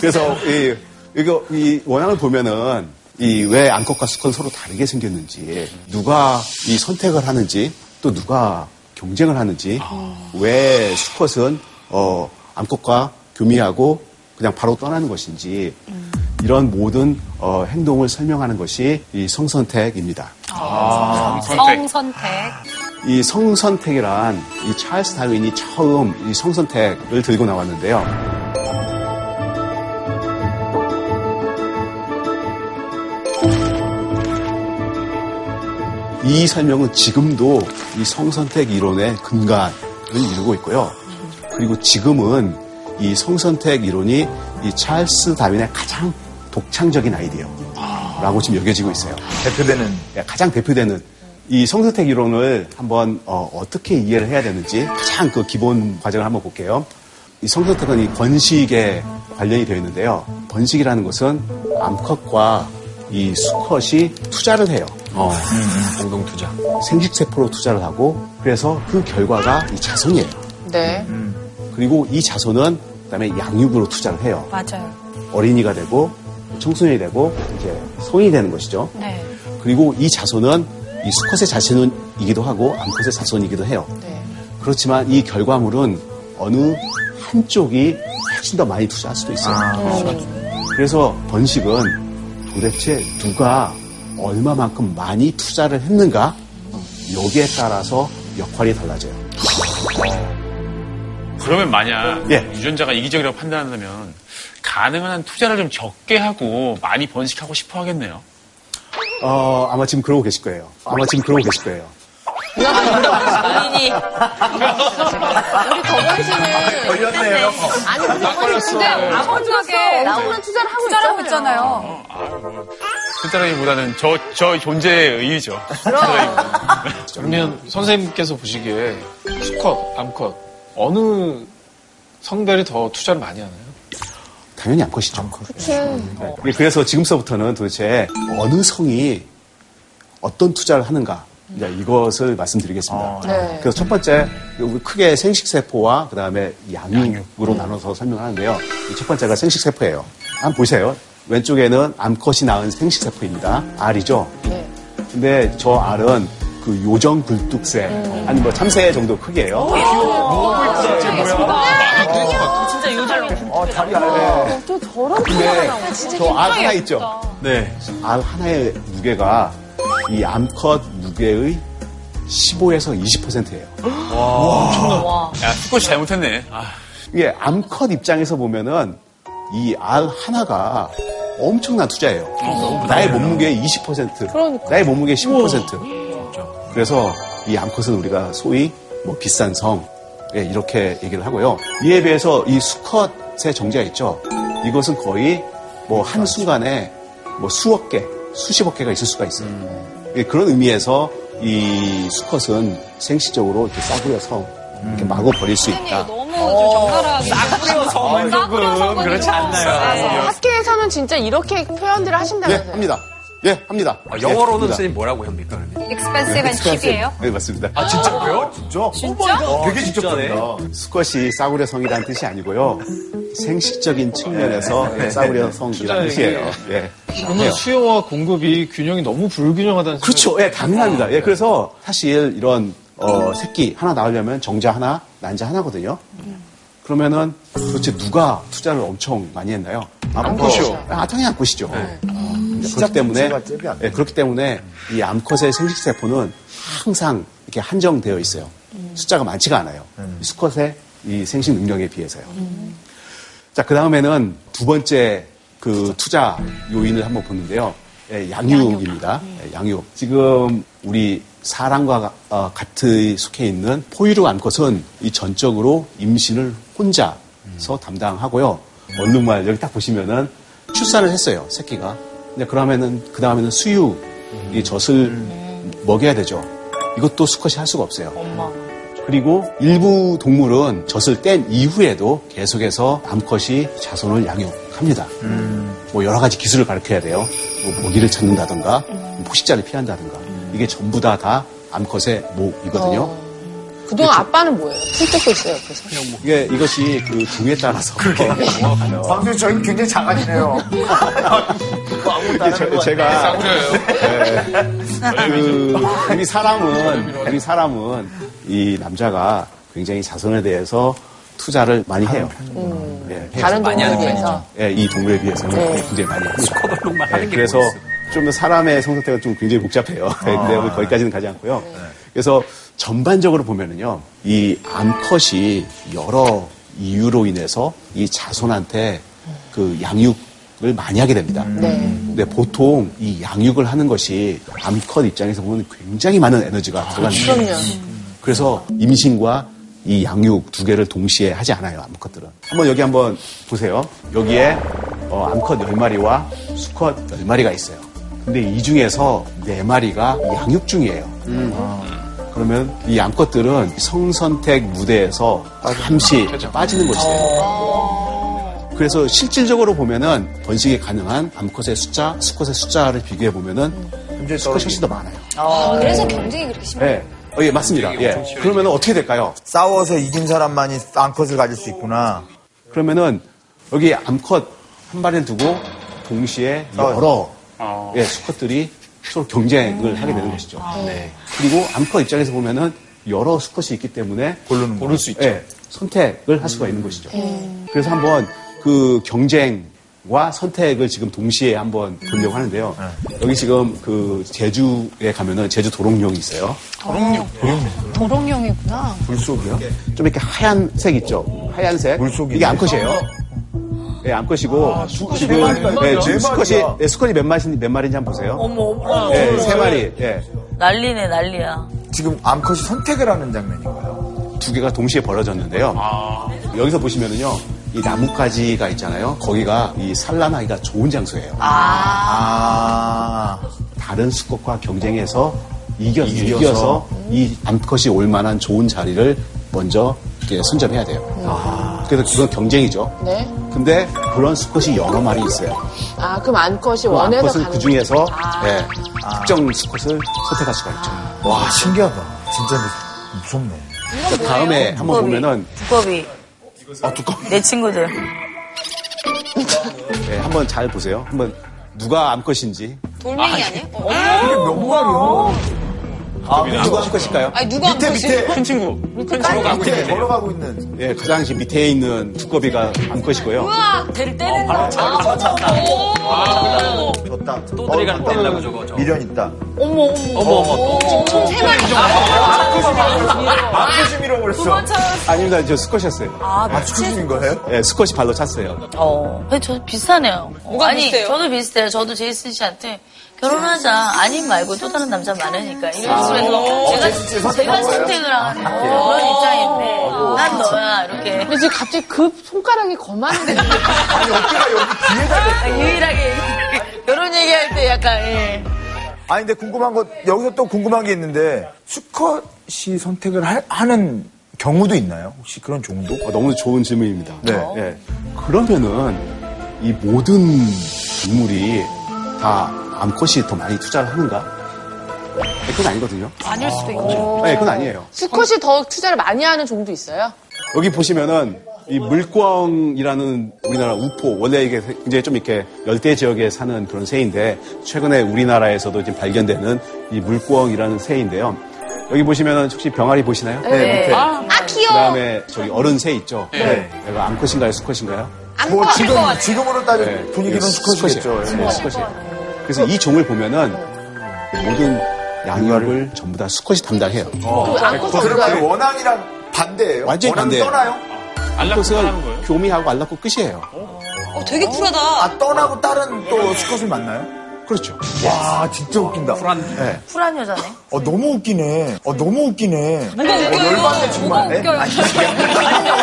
Speaker 8: 그래서 이 이거 이 원앙을 보면은 이 왜 암컷과 수컷 서로 다르게 생겼는지 누가 이 선택을 하는지 또 누가 경쟁을 하는지 왜 수컷은 어 암컷과 교미하고 그냥 바로 떠나는 것인지 이런 모든 어, 행동을 설명하는 것이 이 성선택입니다.
Speaker 1: 성선택.
Speaker 8: 이 성선택이란 이 찰스 다윈이 처음 이 성선택을 들고 나왔는데요. 이 설명은 지금도 이 성선택 이론의 근간을 이루고 있고요. 그리고 지금은 이 성선택 이론이 이 찰스 다윈의 가장 독창적인 아이디어라고 지금 여겨지고 있어요.
Speaker 4: 대표되는
Speaker 8: 예, 가장 대표되는 이 성선택 이론을 한번 어, 떻게 이해를 해야 되는지 가장 그 기본 과정을 한번 볼게요. 이 성선택은 이 번식에 관련이 되어 있는데요. 번식이라는 것은 암컷과 이 수컷이 투자를 해요. 어,
Speaker 7: 공동 투자.
Speaker 8: 생식세포로 투자를 하고 그래서 그 결과가 이 자손이에요.
Speaker 2: 네.
Speaker 7: 음.
Speaker 8: 그리고 이 자손은 그다음에 양육으로 투자를 해요.
Speaker 1: 맞아요.
Speaker 8: 어린이가 되고 청소년이 되고 이제 성인이 되는 것이죠.
Speaker 1: 네.
Speaker 8: 그리고 이 자손은 이 수컷의 자손이기도 하고 암컷의 자손이기도 해요. 그렇지만 이 결과물은 어느 한쪽이 훨씬 더 많이 투자할 수도 있어요. 그래서 번식은 도대체 누가 얼마만큼 많이 투자를 했는가 여기에 따라서 역할이 달라져요.
Speaker 10: 그러면 만약
Speaker 8: 예.
Speaker 10: 유전자가 이기적이라고 판단한다면 가능한 한 투자를 좀 적게 하고 많이 번식하고 싶어 하겠네요.
Speaker 8: 어, 아마 지금 그러고 계실 거예요. 아마 지금 그러고 계실 거예요.
Speaker 5: 본인이.
Speaker 2: 우리 더건 씨는.
Speaker 4: 걸렸네요.
Speaker 2: 아니, 우리 더건 씨 근데 아버지에게 나오는 투자를 하고
Speaker 1: 투자를
Speaker 2: 있잖아요.
Speaker 1: 하고 있잖아요.
Speaker 3: 그
Speaker 10: 투자라기보다는 저, 저 존재의 의의죠.
Speaker 8: 예.
Speaker 3: 그러면 선생님께서 보시기에 수컷, 암컷 어느 성별이 더 투자를 많이 하나요?
Speaker 8: 당연히 암컷이죠. 예, 그래서 지금서부터는 도대체 어느 성이 어떤 투자를 하는가 이제 이것을 말씀드리겠습니다.
Speaker 12: 네.
Speaker 8: 그래서 첫 번째 우리 크게 생식세포와 그 다음에 양육으로 나눠서 설명하는데요. 이첫 번째가 생식세포예요. 한번 보세요. 왼쪽에는 암컷이 낳은 생식세포입니다. 알이죠. 근데 저 알은 그 요정 굴뚝새 아니 뭐 참새 정도 크기예요.
Speaker 6: 진짜 요절로
Speaker 2: 또 저런
Speaker 8: 근데
Speaker 2: 투자가 나오네.
Speaker 8: 저 알 하나 있죠? 네. 알 하나의 무게가 이 암컷 무게의 15에서 20%예요.
Speaker 10: 야, 수컷이 잘못했네. 아,
Speaker 8: 이게 암컷 입장에서 보면은 이 알 하나가 엄청난 투자예요. 나의 몸무게의 20%,
Speaker 12: 어, 그러니까.
Speaker 8: 나의 몸무게의 15%. 그래서 이 암컷은 우리가 소위 뭐 비싼 성 예, 이렇게 얘기를 하고요. 이에 비해서 이 수컷의 정자 있죠. 이것은 거의 뭐 한 순간에 뭐 수억 개, 수십억 개가 있을 수가 있어요.
Speaker 7: 음.
Speaker 8: 예, 그런 의미에서 이 수컷은 생식적으로 이렇게 싸구려서
Speaker 7: 음.
Speaker 8: 이렇게 마구 버릴 수 있다.
Speaker 1: 너무 좀 정갈하게.
Speaker 8: 아,
Speaker 1: 싸구려 성은
Speaker 8: 그렇지
Speaker 1: 좀.
Speaker 8: 않나요?
Speaker 1: 네.
Speaker 2: 어, 학계에서는 진짜 이렇게 표현들을
Speaker 8: 예,
Speaker 2: 하신다면서요.
Speaker 8: 합니다. 예, 합니다.
Speaker 7: 아, 영어로는
Speaker 8: 예, 합니다.
Speaker 7: 선생님 뭐라고 합니까? 그러면?
Speaker 1: 익스펜시브 한 10이에요?
Speaker 8: 네, 맞습니다.
Speaker 7: 아, 진짜요?
Speaker 4: 진짜?
Speaker 1: 진짜?
Speaker 4: 되게 직접적이다.
Speaker 8: 수컷이 싸구려 성이라는 뜻이 아니고요. 생식적인 측면에서
Speaker 3: 네, 네.
Speaker 8: 싸구려
Speaker 3: 투자의
Speaker 8: 성이라는 뜻이에요. 예.
Speaker 3: 그러면 수요와 공급이 균형이 너무 불균형하다는
Speaker 8: 그렇죠. 예, 당연합니다. 예, 그래서 사실 이런 어, 새끼 하나 나오려면 정자 하나, 난자 하나거든요. 그러면은 도대체 누가 투자를 엄청 많이 했나요?
Speaker 4: 암컷이요.
Speaker 8: 아, 당연히 암컷이죠. 있습니다.
Speaker 11: 진짜
Speaker 8: 그렇기 때문에
Speaker 11: 빈체가 잽이 안
Speaker 8: 예, 그렇기 때문에 이 암컷의 생식세포는 항상 이렇게 한정되어 있어요. 숫자가 많지가 않아요. 이 수컷의 이 생식 능력에 비해서요. 자, 그 다음에는 두 번째 그 투자 요인을 한번 보는데요. 예, 양육입니다. 예, 양육. 지금 우리 사람과 가- 어, 같이 속해 있는 포유류 암컷은 이 전적으로 임신을 혼자서 담당하고요. 얼룩말 여기 딱 보시면은 출산을 했어요, 새끼가. 근데 그러면은 그 다음에는 수유, 이 젖을 먹여야 되죠. 이것도 수컷이 할 수가 네. 없어요. 그리고 일부 동물은 젖을 뗀 이후에도 계속해서 암컷이 자손을 양육합니다. 뭐 여러 가지 기술을 가르쳐야 돼요. 뭐 먹이를 찾는다든가, 포식자를 피한다든가. 이게 전부 다 다 암컷의 목이거든요.
Speaker 2: 그동안 아빠는 뭐예요? 풀 뜯고 있어요, 옆에서.
Speaker 1: 뭐.
Speaker 8: 이게 이것이 그 종에 따라서 [laughs] 뭐
Speaker 4: 방송이 저희 굉장히 작아지네요.
Speaker 8: 제- 제가 아, 그 우리 사람은 우리 사람은 이 남자가 굉장히 자손에 대해서 투자를 많이 해요. 예,
Speaker 2: 다른 동물에
Speaker 6: 네.
Speaker 2: 비해서.
Speaker 8: 예, 이 동물에 비해서는
Speaker 2: 네.
Speaker 8: 굉장히 많이 합니다. 예, 그래서 좀 사람의 성상태가 좀 굉장히 복잡해요. [laughs] 근데 오늘 거기까지는 가지 않고요. 그래서 전반적으로 보면은요, 이 암컷이 여러 이유로 인해서 이 자손한테 그 양육을 많이 하게 됩니다. 근데 보통 이 양육을 하는 것이 암컷 입장에서 보면 굉장히 많은 에너지가 들어가는 거예요. 그래서 임신과 이 양육 두 개를 동시에 하지 않아요, 암컷들은. 한번 여기 한번 보세요. 여기에 어, 암컷 10마리와 수컷 10마리가 있어요. 근데 이 중에서 4마리가 양육 중이에요. 아, 그러면 이 암컷들은 성선택 무대에서 잠시 빠지는 것이 돼요. 그래서 실질적으로 보면은 번식이 가능한 암컷의 숫자, 수컷의 숫자를 비교해 보면은 수컷이 훨씬 더 많아요.
Speaker 9: 아, 그래서 경쟁이 그렇게 심해.
Speaker 8: 예. 어, 예, 맞습니다. 예. 그러면 어떻게 될까요?
Speaker 11: 싸워서 이긴 사람만이 암컷을 가질 수 있구나.
Speaker 8: 그러면은 여기 암컷 한 마리를 두고 동시에
Speaker 11: 어.
Speaker 8: 여러 예, 수컷들이 서로 경쟁을 하게 되는 것이죠. 그리고 암컷 입장에서 보면은 여러 수컷이 있기 때문에
Speaker 11: 고르는
Speaker 8: 고를 수 있죠. 선택을 할 수가 있는 것이죠. 그래서 한번 그 경쟁과 선택을 지금 동시에 한번 보려고 하는데요.
Speaker 11: 네.
Speaker 8: 여기 지금 그 제주에 가면은 제주 도롱뇽이 있어요.
Speaker 9: 도롱뇽이구나.
Speaker 11: 물속이요?
Speaker 8: 좀 이렇게 하얀색 있죠. 하얀색.
Speaker 11: 물속이네.
Speaker 8: 이게 암컷이에요. 예, 암컷이고. 수컷이 지금,
Speaker 11: 몇 아, 마리가?
Speaker 8: 예,
Speaker 11: 몇
Speaker 8: 지금
Speaker 11: 마리가?
Speaker 8: 수컷이, 예, 수컷이 몇 마리인지, 몇 마리인지 한번 보세요. 예, 세 마리. 예.
Speaker 5: 난리네, 난리야.
Speaker 11: 지금 암컷이 선택을 하는 장면인가요?
Speaker 8: 두 개가 동시에 벌어졌는데요.
Speaker 11: 아.
Speaker 8: 여기서 보시면은요. 이 나뭇가지가 있잖아요. 거기가 이 산란하기가 좋은 장소예요.
Speaker 11: 아.
Speaker 8: 다른 수컷과 경쟁해서 이겨, 이겨서, 이 암컷이 올 만한 좋은 자리를 먼저 이렇게 선점해야 돼요. 그래서 그건 경쟁이죠.
Speaker 2: 아. 네.
Speaker 8: 근데 그런 수컷이 여러 마리 있어요.
Speaker 2: 아, 그럼 암컷이
Speaker 8: 그
Speaker 2: 원해서
Speaker 8: 암컷은
Speaker 2: 가는
Speaker 8: 그 중에서
Speaker 2: 거죠? 아.
Speaker 8: 예, 특정 수컷을 선택할 수가 있죠.
Speaker 11: 와, 신기하다. 진짜 무섭네.
Speaker 8: 그 다음에 한번
Speaker 5: 두꺼비.
Speaker 8: 보면은
Speaker 5: 두꺼비.
Speaker 11: 아, 두꺼비.
Speaker 5: 내 친구들.
Speaker 8: 예, 한번 잘 보세요. 한번 누가 암컷인지
Speaker 9: 돌멩이 아니에요? 어.
Speaker 11: 이게 몇 마리야?
Speaker 8: 아, 누가 암컷일까요?
Speaker 9: 아니, 누가
Speaker 11: 밑에,
Speaker 9: 암컷이?
Speaker 11: 밑에.
Speaker 10: 큰 친구. 큰 친구가
Speaker 11: 걸어가고
Speaker 10: 갖고
Speaker 11: 있는.
Speaker 10: 있는데.
Speaker 11: 걸어가고 있는.
Speaker 8: 예, 가장 지금 밑에 있는 두꺼비가 암컷이고요.
Speaker 5: 될 때는
Speaker 11: 졌다. 또
Speaker 7: 들이가는 떼려고 저거, 저거.
Speaker 11: 미련 있다.
Speaker 7: 어머, 어머,
Speaker 9: 총세 마리.
Speaker 11: 암컷이 밀어버렸어.
Speaker 8: 아닙니다. 저 수컷이었어요.
Speaker 5: 아,
Speaker 11: 아, 죽으신 거예요?
Speaker 8: 예, 수컷이 발로 찼어요.
Speaker 5: 어. 아니, 저도 비슷하네요.
Speaker 9: 뭐가
Speaker 5: 아니,
Speaker 9: 비슷해요?
Speaker 5: 저도 비슷해요. 저도 제이슨 씨한테 결혼하자. 아님 말고 또 다른 남자 많으니까.
Speaker 9: 아.
Speaker 5: 이런
Speaker 9: 어,
Speaker 5: 식으로 해서 제가, 제가 선택을 하는 그런 입장인데. 난 너야. 이렇게.
Speaker 2: 근데 지금 갑자기 그 손가락이 거만한데.
Speaker 11: 아니, 어깨가 여기 뒤에다.
Speaker 5: 아, 유일하게 이렇게 결혼 얘기할 때 약간, 예.
Speaker 11: 아니, 근데 궁금한 것, 여기서 또 궁금한 게 있는데, 수컷이 선택을 하, 는 경우도 있나요? 혹시 그런 종도?
Speaker 8: 어, 너무 좋은 질문입니다.
Speaker 11: 네.
Speaker 8: 예. 그러면은 이 모든 동물이 다 암컷이 더 많이 투자를 하는가? 예, 그건 아니거든요.
Speaker 1: 아닐 수도 있죠.
Speaker 11: 그렇죠.
Speaker 8: 예, 그건 아니에요.
Speaker 2: 수컷이 더 투자를 많이 하는 종도 있어요?
Speaker 8: 여기 보시면은 이 물꽝이라는 우리나라 우포 원래 이게 굉장히 좀 이렇게 열대 지역에 사는 그런 새인데 최근에 우리나라에서도 지금 발견되는 이 물꽝이라는 새인데요. 여기 보시면은 혹시 병아리 보시나요?
Speaker 11: 네, 밑에.
Speaker 9: 아, 귀여워.
Speaker 8: 그다음에 저기 어른 새 있죠.
Speaker 11: 네.
Speaker 8: 얘가 암컷인가요, 수컷인가요?
Speaker 11: 뭐,
Speaker 9: 암컷.
Speaker 11: 지금, 지금으로 따져 분위기는
Speaker 8: 예,
Speaker 4: 네,
Speaker 11: 수컷이겠죠. 예.
Speaker 8: 수컷이에요. 네, 수컷이에요. 그래서 이 종을 보면은 모든 양육을 전부 다 수컷이 담당해요.
Speaker 4: 그러면 원앙이랑 반대예요?
Speaker 8: 완전히
Speaker 4: 원앙
Speaker 8: 반대예요.
Speaker 4: 떠나요?
Speaker 8: 암컷은 교미하고 알라코 끝이에요.
Speaker 9: 어, 되게 쿨하다. 아,
Speaker 11: 떠나고 다른 또 수컷을 만나요?
Speaker 8: 그렇죠.
Speaker 11: 와, 진짜 웃긴다. 불안.
Speaker 5: 쿨한 여자네.
Speaker 11: 어, 너무 웃기네. 어, 너무 웃기네.
Speaker 5: 뭐가 웃겨요?
Speaker 11: 열받네, 정말.
Speaker 9: 뭐가 웃겨요?
Speaker 11: 아니,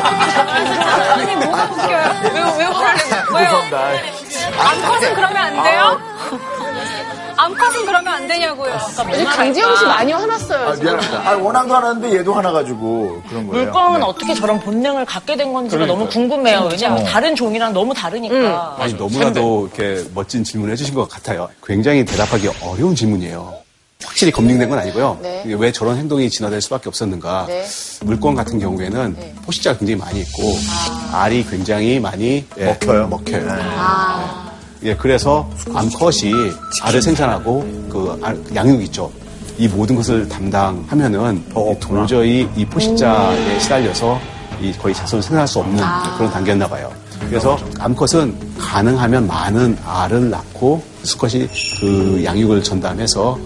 Speaker 1: 아니, 뭐가 웃겨요? 왜, 왜 화내고? 왜요?
Speaker 11: 죄송합니다.
Speaker 1: 암컷은 그러면 안 돼요? 암컷은 그러면 안 되냐고요.
Speaker 2: 요즘 강재영 씨 많이 화났어요.
Speaker 11: 아, 미안합니다. 아, 원앙도 하나인데 얘도 하나 가지고 그런 거예요.
Speaker 4: 네.
Speaker 11: 네.
Speaker 6: 물건은 어떻게 저런 본능을 갖게 된 건지가
Speaker 11: 그러니까요.
Speaker 6: 너무 궁금해요. 왜냐면
Speaker 8: 어.
Speaker 6: 다른 종이랑 너무 다르니까.
Speaker 8: 아니, 너무나도 이렇게 멋진 질문을 해주신 것 같아요. 굉장히 대답하기 어려운 질문이에요. 확실히 검증된 건 아니고요.
Speaker 6: 네.
Speaker 8: 이게 왜 저런 행동이 진화될 수밖에 없었는가.
Speaker 6: 네.
Speaker 8: 물건 같은 경우에는 포식자가 굉장히 많이 있고
Speaker 6: 아.
Speaker 8: 알이 굉장히 많이 먹혀요. 먹혀요. 예, 그래서 암컷이 알을 생산하고 그 알- 양육 있죠. 이 모든 것을 담당하면은 이 도저히 이 포식자에 시달려서 이 거의 자손을 생산할 수 없는 그런 단계였나 봐요. 그래서 암컷은 가능하면 많은 알을 낳고 수컷이 그 양육을 전담해서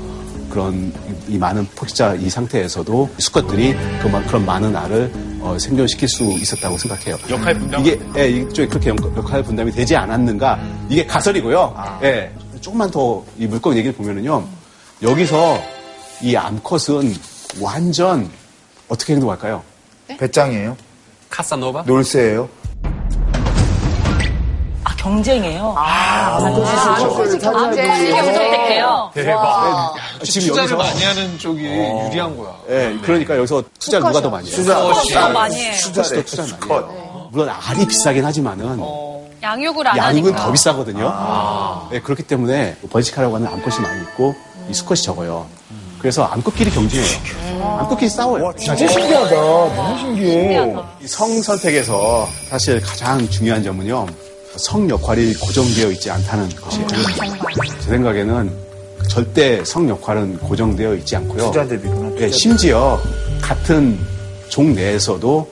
Speaker 8: 그런 이 많은 포식자 이 상태에서도 수컷들이 그만 그런 많은 알을 어, 생존시킬 수 있었다고 생각해요.
Speaker 10: 역할 분담?
Speaker 8: 이게 예, 이쪽에 그렇게 역- 역할 분담이 되지 않았는가 이게 가설이고요.
Speaker 10: 아.
Speaker 8: 예, 조금만 더 이 물건 얘기를 보면은요 여기서 이 암컷은 완전 어떻게 행동할까요?
Speaker 11: 배짱이에요?
Speaker 7: 카사노바?
Speaker 11: 놀세예요?
Speaker 6: 아, 경쟁이에요. 아,
Speaker 11: 암컷이
Speaker 2: 아, 네,
Speaker 11: 경쟁.
Speaker 6: 경쟁돼요.
Speaker 10: 대박.
Speaker 8: 지금
Speaker 10: 아, 투자를
Speaker 8: 여기서-
Speaker 10: 많이 하는 쪽이
Speaker 3: 어.
Speaker 10: 유리한 거야.
Speaker 8: 예, 그러니까 여기서 투자를 누가 더 많이 해요?
Speaker 10: 수컷이요. 수컷이 수컷 더 많이 해요. 어.
Speaker 8: 수컷도 투자 많이 해요. 물론 알이 비싸긴 하지만은
Speaker 1: 양육을 안 하니까.
Speaker 8: 양육은 더 비싸거든요.
Speaker 11: 아.
Speaker 8: 네, 그렇기 때문에 번식하라고 하는 암컷이 많이 있고 이 수컷이 적어요. 그래서 암컷끼리
Speaker 1: 음.
Speaker 8: 경쟁해요. 암컷끼리 싸워요.
Speaker 11: 진짜 신기하다. 너무 신기해.
Speaker 8: 성 선택에서 사실 가장 중요한 점은요. 성 역할이 고정되어 있지 않다는
Speaker 1: 음,
Speaker 8: 것이에요. 제 생각에는 절대 성 역할은 고정되어 있지 않고요.
Speaker 11: 투자 대비구나.
Speaker 8: 네, 심지어 같은 종 내에서도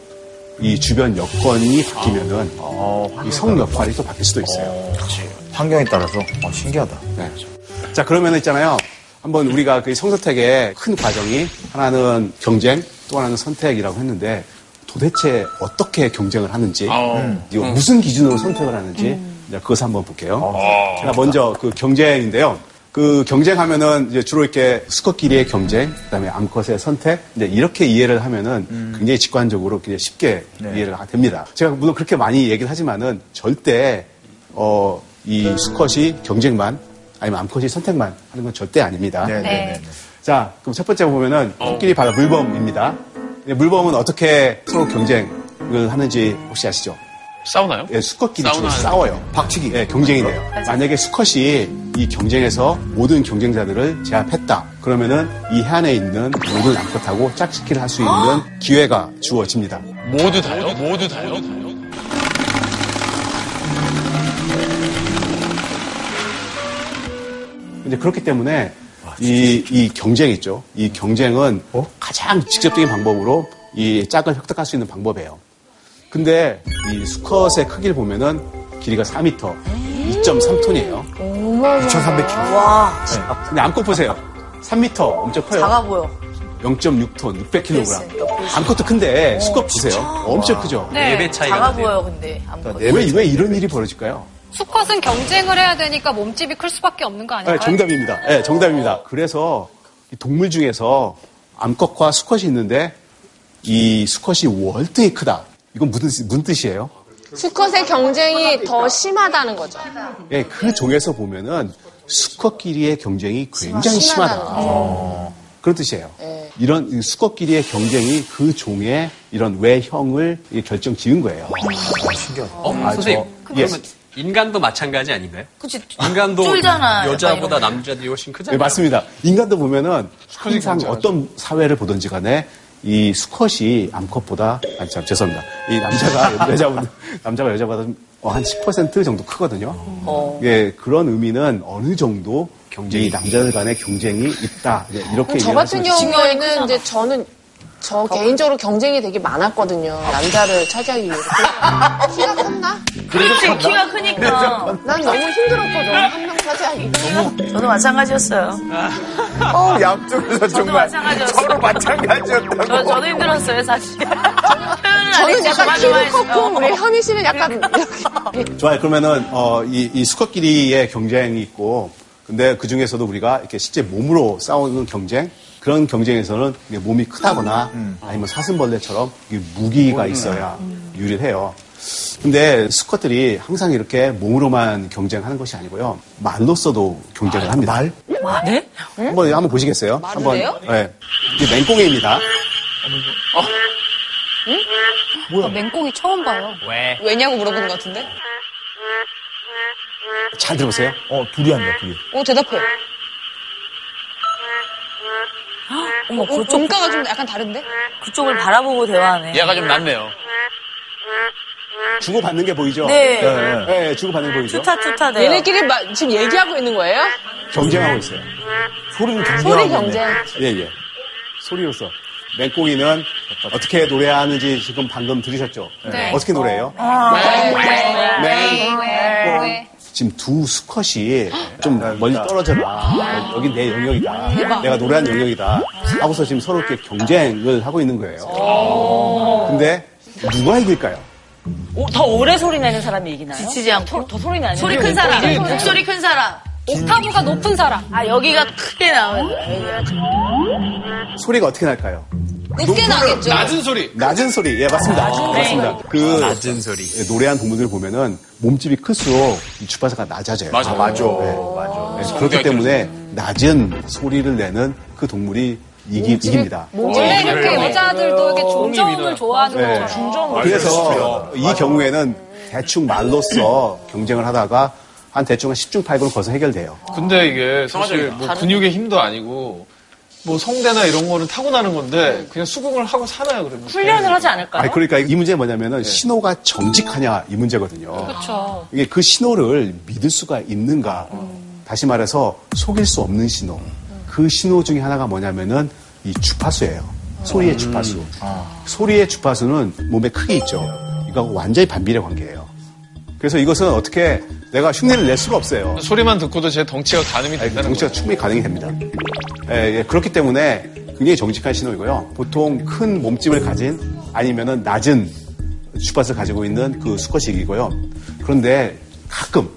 Speaker 8: 이 주변 여건이 바뀌면은
Speaker 11: 아.
Speaker 8: 이 성 역할이 또 바뀔 수도 있어요.
Speaker 11: 환경에 따라서. 어, 신기하다.
Speaker 8: 네. 자, 그러면 있잖아요. 한번 우리가 그 성선택의 큰 과정이 하나는 경쟁, 또 하나는 선택이라고 했는데 도대체 어떻게 경쟁을 하는지,
Speaker 10: 음.
Speaker 8: 이거 무슨 기준으로 선택을 하는지 이제 그것을 한번 볼게요.
Speaker 10: 아.
Speaker 8: 자, 먼저 그 경쟁인데요. 그 경쟁하면은 이제 주로 이렇게 수컷끼리의 경쟁, 그다음에 암컷의 선택, 이제 이렇게 이해를 하면은
Speaker 10: 음.
Speaker 8: 굉장히 직관적으로 굉장히 쉽게
Speaker 10: 네.
Speaker 8: 이해가 됩니다. 제가 물론 그렇게 많이 얘기를 하지만은 절대 어, 이 수컷이 경쟁만 아니면 암컷이 선택만 하는 건 절대 아닙니다.
Speaker 11: 네, 네, 네, 네.
Speaker 8: 자, 그럼 첫 번째 보면은 코끼리 바로 물범입니다. 근데 물범은 어떻게 서로 경쟁을 하는지 혹시 아시죠?
Speaker 10: 싸우나요?
Speaker 8: 예, 수컷끼리 주로
Speaker 10: 사우나.
Speaker 8: 싸워요. 박치기. 예, 경쟁이네요. 만약에 수컷이 이 경쟁에서 모든 경쟁자들을 제압했다. 그러면은 이 해안에 있는 모든 암컷하고 짝짓기를 할 수 있는 기회가 주어집니다.
Speaker 10: 모두 다요? 모두 다요?
Speaker 8: 이제 그렇기 때문에 이, 이 경쟁 있죠. 이 경쟁은 가장 직접적인 방법으로 이 짝을 획득할 수 있는 방법이에요. 근데 이 수컷의 크기를 보면은 길이가 4m, 2.3톤이에요.
Speaker 11: 2,300kg.
Speaker 5: 와,
Speaker 8: 근데 암컷 보세요. 3m 엄청 커요.
Speaker 5: 작아 보여.
Speaker 8: 0.6톤, 600kg. 암컷도 큰데 수컷 보세요. 엄청 크죠.
Speaker 1: 네. 네배 차이가
Speaker 5: 작아
Speaker 1: 나네요.
Speaker 5: 보여, 근데. 암컷.
Speaker 8: 왜, 왜 이런 일이 벌어질까요?
Speaker 1: 수컷은 경쟁을 해야 되니까 몸집이 클 수밖에 없는 거 아닐까요?
Speaker 8: 네, 정답입니다. 네, 정답입니다. 그래서 이 동물 중에서 암컷과 수컷이 있는데 이 수컷이 월등히 크다. 이건 무슨, 무슨 뜻이에요?
Speaker 2: 수컷의 경쟁이 더 심하다는 거죠.
Speaker 8: 예, 그 종에서 보면은 수컷끼리의 경쟁이 굉장히
Speaker 2: 심하-
Speaker 8: 아, 심하다. 네.
Speaker 2: 심하다는
Speaker 8: 어, 그런 뜻이에요. 이런 이 수컷끼리의 경쟁이 그 종의 이런 외형을 이 결정 지은 거예요.
Speaker 11: 신기하다.
Speaker 7: 어,
Speaker 8: 아,
Speaker 7: 선생님,
Speaker 8: 저-
Speaker 7: 그러면 인간도 마찬가지 아닌가요?
Speaker 5: 그치.
Speaker 7: 인간도
Speaker 5: 쫄잖아,
Speaker 7: 여자보다
Speaker 5: 약간
Speaker 7: 남자들이 훨씬 크잖아요.
Speaker 8: 네, 맞습니다. 인간도 보면은 항상 어떤 사회를 보든지 간에 이 수컷이 암컷보다, 아니, 참, 죄송합니다. 이
Speaker 2: [laughs]
Speaker 8: 남자가, 여자분, 남자가 여자보다 어, 한 10% 정도 크거든요.
Speaker 2: 어.
Speaker 8: 예, 그런 의미는 어느 정도 경쟁이, 남자들 간의 경쟁이 있다. 예, 이렇게
Speaker 2: 그럼 저
Speaker 8: 이해를
Speaker 2: 같은
Speaker 8: 하시면 좋습니다.
Speaker 2: 경우에는 이제 저는 저 개인적으로 경쟁이 되게 많았거든요. 남자를 차지하기 [laughs] 위해서. 키가 컸나?
Speaker 5: 그치, 키가 크니까.
Speaker 2: 난 너무 힘들었거든. 한 명
Speaker 5: 사자 저도 마찬가지였어요.
Speaker 11: 어, 양쪽에서 정말 서로 마찬가지였다고.
Speaker 5: 저, 저도 힘들었어요, 사실.
Speaker 2: 저는 약간 키도
Speaker 5: 좋아해서.
Speaker 2: 크고 우리 현희 씨는 약간 이렇게
Speaker 8: 좋아요. 그러면은 어, 이, 이 수컷끼리의 경쟁이 있고, 근데 그 중에서도 우리가 이렇게 실제 몸으로 싸우는 경쟁 그런 경쟁에서는 이게 몸이 크다거나 아니면 사슴벌레처럼 이게 무기가 있어야 유리해요. 근데 수컷들이 항상 이렇게 몸으로만 경쟁하는 것이 아니고요. 말로써도 경쟁을 합니다. 아, 말?
Speaker 6: 네?
Speaker 8: 한번 한번 보시겠어요? 한번.
Speaker 6: 해요?
Speaker 8: 네. 이게 맹꽁이입니다.
Speaker 9: 뭐야? 맹꽁이 처음 봐요.
Speaker 7: 왜?
Speaker 9: 왜냐고 물어보는 것 같은데?
Speaker 8: 잘 들어보세요. 어, 둘이 한다, 둘이.
Speaker 9: 오, 대답해. 어머,
Speaker 5: 그쪽-
Speaker 9: 음가가 좀 약간 다른데?
Speaker 5: 그쪽을 바라보고 대화하네.
Speaker 8: 얘가 좀
Speaker 10: 낫네요.
Speaker 8: 주고받는 게 보이죠? 네,
Speaker 5: 네.
Speaker 8: 네. 네, 주고받는 게 보이죠?
Speaker 5: 투타투타네요.
Speaker 2: [laughs] 얘네끼리 마- 지금 얘기하고 있는 거예요?
Speaker 8: 경쟁하고 있어요. 소리는
Speaker 2: 소리 경쟁.
Speaker 8: 예, 예. 소리로서. 맹꽁이는 어떻게 노래하는지 지금 방금 들으셨죠?
Speaker 9: 네.
Speaker 8: 어떻게 노래해요? 지금 두 수컷이 좀 멀리 떨어져라. 여기 내 영역이다.
Speaker 9: 대박.
Speaker 8: 내가 노래한 영역이다. 하고서 지금 서로 이렇게 경쟁을 하고 있는 거예요. 근데 누가 이길까요?
Speaker 6: 오, 더 오래 소리 내는 사람이 이기나요? 지치지 않고. 더, 소리 나는
Speaker 5: 소리 큰 사람, 목소리 큰 사람, 옥타브가 높은 사람. 아 여기가 크게 나오는.
Speaker 8: 소리가 어떻게 날까요?
Speaker 9: 높게 나겠죠?
Speaker 8: 소리. 낮은 소리. 예, 맞습니다.
Speaker 9: 낮은
Speaker 8: 맞습니다.
Speaker 9: 소리.
Speaker 8: 그
Speaker 7: 낮은 소리.
Speaker 8: 예, 노래한 동물들 보면은 몸집이 클수록 이 주파수가 낮아져요.
Speaker 10: 맞아.
Speaker 8: 맞아. 그렇기
Speaker 10: 성대가
Speaker 8: 때문에 낮은 소리를 내는 그 동물이 이기, 이깁니다.
Speaker 2: 네.
Speaker 1: 원래 이렇게 여자들도 이렇게 중저음을 좋아하는
Speaker 8: 네.
Speaker 1: 거죠.
Speaker 8: 그래서 이 경우에는 대충 말로써 경쟁을 하다가 한 대충 한 10중 8구는 거기서 해결돼요.
Speaker 3: 근데 이게 사실
Speaker 8: 성화적이다.
Speaker 3: 뭐
Speaker 8: 다른-
Speaker 3: 근육의 힘도 아니고 뭐 성대나 이런 거는 타고나는 건데 그냥 수긍을 하고 살아요 그러면.
Speaker 6: 훈련을 하지 않을까요? 네.
Speaker 8: 아니, 그러니까 이 문제는 뭐냐면은 신호가 정직하냐 이 문제거든요.
Speaker 6: 그렇죠.
Speaker 8: 이게 그 신호를 믿을 수가 있는가.
Speaker 6: 음.
Speaker 8: 다시 말해서 속일 수 없는 신호. 그 신호 중에 하나가 뭐냐면은 이 주파수예요.
Speaker 6: 음.
Speaker 8: 소리의 주파수.
Speaker 6: 아.
Speaker 8: 소리의 주파수는 몸에 크게 있죠. 이거하고 완전히 반비례 관계예요. 그래서 이것은 어떻게 내가 흉내를 낼 수가 없어요.
Speaker 3: 소리만 듣고도 제 덩치가 가늠이
Speaker 8: 된다는 덩치가 충분히 가능이 됩니다. 예, 예, 그렇기 때문에 굉장히 정직한 신호이고요. 보통 큰 몸집을 가진 아니면은 낮은 주파수를 가지고 있는 그 수컷이기고요. 그런데 가끔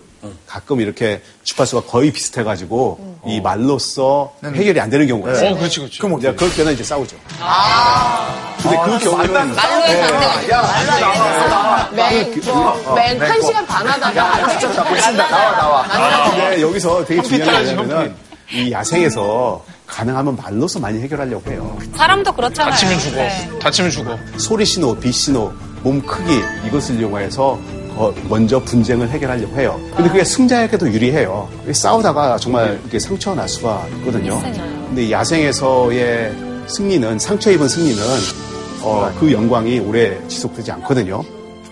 Speaker 8: 가끔 이렇게 주파수가 거의 비슷해가지고 이 말로써 해결이 안 되는 경우가 어. 네. 있어요.
Speaker 3: 어, 그렇지, 그렇지.
Speaker 8: 그럼 이제 그럴 때는 이제 싸우죠. 근데
Speaker 11: 아,
Speaker 8: 그 경우는
Speaker 2: 말로 해서 안 되겠다.
Speaker 11: 야,
Speaker 8: 아, 그, 어.
Speaker 2: 맨한 시간 반 하다가
Speaker 8: 근데 아, 네, 여기서 되게 중요한 게 뭐냐면 이 야생에서 가능하면 말로써 많이 해결하려고 해요.
Speaker 1: 사람도 그렇잖아요. 네.
Speaker 3: 다치면 죽어.
Speaker 8: 소리 신호, 빛 신호, 몸 크기 이것을 이용해서 거- 먼저 분쟁을 해결하려고 해요. 근데 그게 승자에게도 유리해요. 싸우다가 정말 이렇게 상처 날 수가 있거든요. 근데 야생에서의 승리는 상처 입은 승리는 어, 그 영광이 오래 지속되지 않거든요.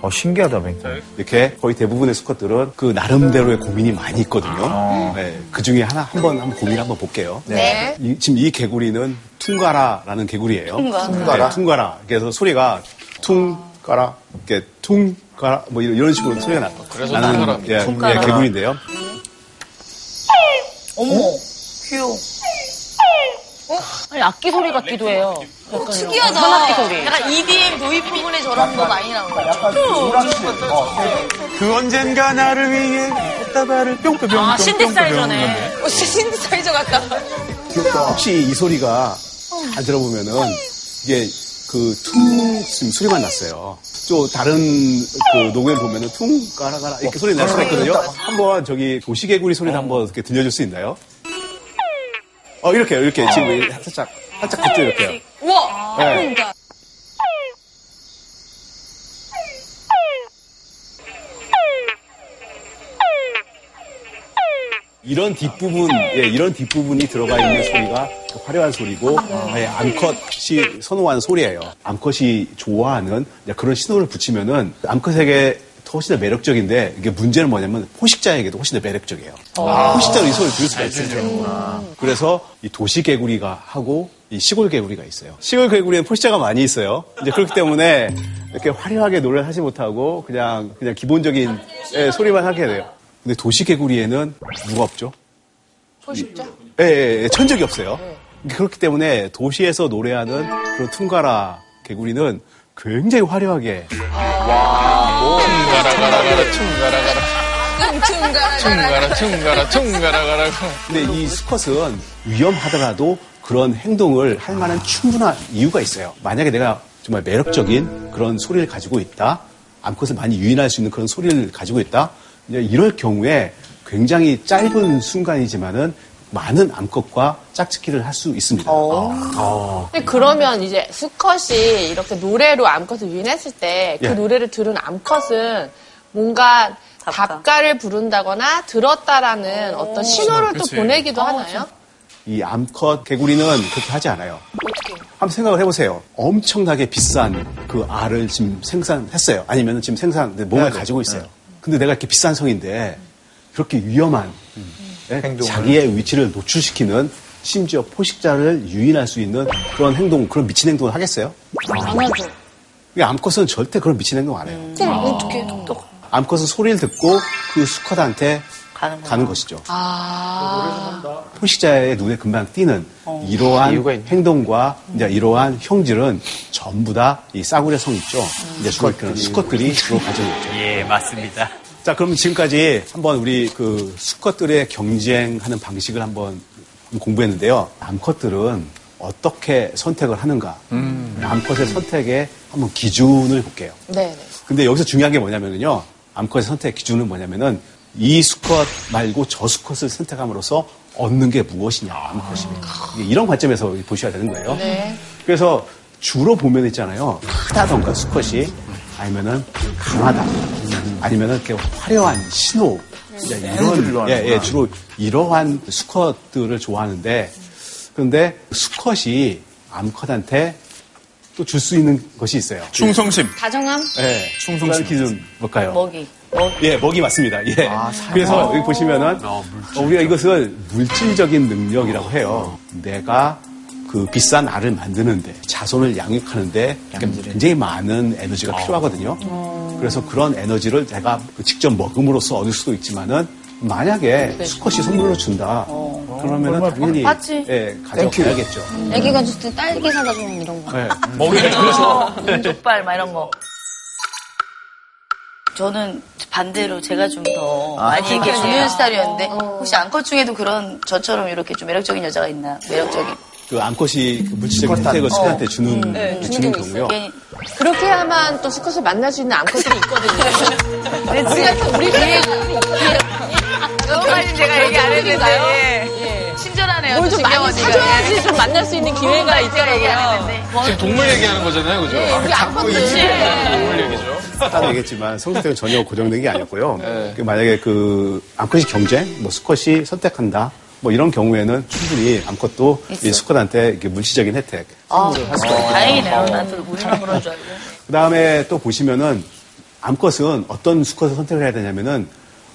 Speaker 11: 어, 신기하다, 맹꽁.
Speaker 8: 이렇게 거의 대부분의 수컷들은 그 나름대로의 고민이 많이 있거든요.
Speaker 3: 아.
Speaker 8: 네, 그 중에 하나 한번 한번 고민을 한번 볼게요.
Speaker 5: 네.
Speaker 8: 이- 지금 이 개구리는 퉁가라라는 개구리예요.
Speaker 5: 퉁가라.
Speaker 8: 퉁가라. 네, 퉁가라. 그래서 소리가 퉁가라 이렇게 퉁가라 뭐 이런, 이런 식으로 소리가 나.
Speaker 3: 그래서
Speaker 8: 나는,
Speaker 3: 퉁가라.
Speaker 8: 예,
Speaker 5: 퉁가라.
Speaker 8: 예, 개구리인데요.
Speaker 5: 어머, 귀여워.
Speaker 6: 아니, 악기 소리 같기도 해요. 약간 이런
Speaker 5: 특이하다.
Speaker 6: 현악기 소리.
Speaker 5: 약간 EDM 도입 부분에 저런 거 많이 나오는 어,
Speaker 12: 그 언젠가 나를 위해 꽃다발을 뿅뿅뿅
Speaker 5: 아, 신디사이저네.
Speaker 9: 어, 진짜 신디사이저 같다.
Speaker 8: 혹시 이 소리가 잘 들어보면은 이게 그퉁 지금 소리만 났어요. 또 다른 그 농에 보면은 퉁 까라가라 이렇게 소리 날 수가 있거든요. 한번 저기 도시개구리 소리도 한번 이렇게 들려줄 수 있나요? 어 이렇게 이렇게 지금 살짝 살짝 그쪽 이렇게요.
Speaker 9: 우와!
Speaker 8: 네.
Speaker 9: 다
Speaker 8: 이런 뒷부분, 예, 이런 뒷부분이 들어가 있는 소리가 화려한 소리고, 예, 암컷이 선호하는 소리예요. 암컷이 좋아하는 이제 그런 신호를 붙이면은 암컷에게 더 훨씬 더 매력적인데, 이게 문제는 뭐냐면 포식자에게도 훨씬 더 매력적이에요. 포식자로 이 소리를 아. 들을 수가 있어요. 그래서 이 도시 개구리가 하고 이 시골 개구리가 있어요. 시골 개구리는 포식자가 많이 있어요. 이제 그렇기 때문에 이렇게 화려하게 노래를 하지 못하고 그냥 그냥 기본적인 예, 소리만 하게 돼요. 근데 도시 개구리에는 누가 없죠?
Speaker 2: 소식자?
Speaker 8: 예, 예, 예, 천적이 없어요. 그렇기 때문에 도시에서 노래하는 그런 퉁가라 개구리는 굉장히 화려하게
Speaker 10: 가라가라가라 퉁가라가라 퉁가라 퉁가라 퉁가라가라
Speaker 8: 근데 이 수컷은 위험하더라도 그런 행동을 할 만한 충분한 이유가 있어요. 만약에 내가 정말 매력적인 그런 소리를 가지고 있다. 암컷을 많이 유인할 수 있는 그런 소리를 가지고 있다. 이제 이럴 경우에 굉장히 짧은 순간이지만은 많은 암컷과 짝짓기를 할 수 있습니다. 어.
Speaker 2: 근데 그러면 이제 수컷이 이렇게 노래로 암컷을 유인했을 때 그
Speaker 8: 예.
Speaker 2: 노래를 들은 암컷은 뭔가 답가를 부른다거나 들었다라는 어떤 신호를 또
Speaker 8: 그치.
Speaker 2: 보내기도 하나요?
Speaker 8: 이 암컷 개구리는 그렇게 하지 않아요.
Speaker 2: 어떻게?
Speaker 8: 한번 생각을 해보세요. 엄청나게 비싼 그 알을 지금 생산했어요. 아니면 지금 생산, 내 몸을
Speaker 11: 네, 네.
Speaker 8: 가지고 있어요. 근데 내가 이렇게 비싼 성인데 그렇게 위험한 예?
Speaker 11: 행동을.
Speaker 8: 자기의 위치를 노출시키는 심지어 포식자를 유인할 수 있는 그런 행동, 그런 미친 행동을 하겠어요?
Speaker 9: 안 하죠.
Speaker 8: 이 암컷은 절대 그런 미친 행동 안 해요.
Speaker 9: 그럼 어떻게?
Speaker 8: 암컷은 소리를 듣고 그 수컷한테 가는 것이죠. 포식자의 눈에 금방 띄는 이러한 행동과 이제 이러한 형질은 전부 다 이 싸구려 성 있죠. 이제 수컷들은 수컷들이 주로 가지고 있죠.
Speaker 7: 예, 맞습니다.
Speaker 8: 자, 그럼 지금까지 한번 우리 그 수컷들의 경쟁하는 방식을 한번 공부했는데요. 암컷들은 어떻게 선택을 하는가. 음. 암컷의 선택의 한번 기준을 볼게요.
Speaker 2: 네.
Speaker 8: 근데 여기서 중요한 게 뭐냐면요. 암컷의 선택 기준은 뭐냐면은 이 수컷 말고 저 수컷을 선택함으로써 얻는 게 무엇이냐, 암컷입니까. 이게 이런 관점에서 보셔야 되는 거예요.
Speaker 2: 네.
Speaker 8: 그래서 주로 보면 있잖아요. 크다던가 수컷이 아니면은 강하다. 아니면은 이렇게 화려한 신호. 이제 이런, 예, 예, 주로 이러한 수컷들을 좋아하는데 그런데 수컷이 암컷한테 또 줄 수 있는 것이 있어요.
Speaker 10: 충성심.
Speaker 9: 다정함?
Speaker 8: 예. 충성심 기준 뭘까요?
Speaker 9: 먹이.
Speaker 8: 예, 먹이 맞습니다. 예.
Speaker 9: 사람.
Speaker 8: 그래서 여기 보시면은 어, 우리가 이것을 물질적인 능력이라고 해요. 내가 그 비싼 알을 만드는데 자손을 양육하는데 굉장히 많은 에너지가 필요하거든요. 그래서 그런 에너지를 내가 그 직접 먹음으로써 얻을 수도 있지만은 만약에
Speaker 9: 네.
Speaker 8: 수컷이 선물로 준다. 그러면은 당연히
Speaker 9: 맞지.
Speaker 8: 예, 가져가야겠죠.
Speaker 9: 애기가 줬을 때 딸기 사다 주는 이런 거.
Speaker 8: 예.
Speaker 5: 족발 막 이런 거. 저는 반대로 제가 좀 더
Speaker 13: 아,
Speaker 5: 많이 이렇게
Speaker 13: 그러네요.
Speaker 5: 주는 스타일이었는데 혹시 암컷 중에도 그런 저처럼 이렇게 좀 매력적인 여자가 있나? 매력적인.
Speaker 8: 그 암컷이 그 물질적인 혜택을 수컷한테 주는
Speaker 5: 음, 네.
Speaker 8: 주는
Speaker 5: 주는 경우
Speaker 8: 경우요.
Speaker 5: 있어요.
Speaker 2: 그렇게 해야만 또 수컷을 만날 수 있는 암컷들이 [laughs] 있거든요. 우리가 또 우리
Speaker 5: 여기까지 제가 얘기 안 했는데 예. 친절하네요.
Speaker 2: 뭘
Speaker 5: 또
Speaker 2: 좀 많이
Speaker 5: 신경을
Speaker 2: 사줘야지 어.
Speaker 5: 내가.
Speaker 2: 좀 만날 수 있는 기회가
Speaker 5: 너무 제가 얘기 안
Speaker 2: 있더라고요.
Speaker 5: 했는데.
Speaker 3: 지금 동물 얘기하는 거잖아요, 그죠?
Speaker 2: 예, 우리 네. 암컷들.
Speaker 3: 동물 얘기죠.
Speaker 8: 따로 얘기했지만 성수대가 전혀 고정된 게 아니었고요. 그 만약에 그 암컷이 경쟁, 뭐 수컷이 선택한다, 뭐 이런 경우에는 충분히 암컷도 이
Speaker 5: 있어.
Speaker 8: 수컷한테 이렇게 물질적인 혜택.
Speaker 5: 아,
Speaker 8: 있다.
Speaker 5: 다행이네요. 나도 우리만 그런 줄 알고.
Speaker 8: 그 다음에 또 보시면은 암컷은 어떤 수컷을 선택을 해야 되냐면은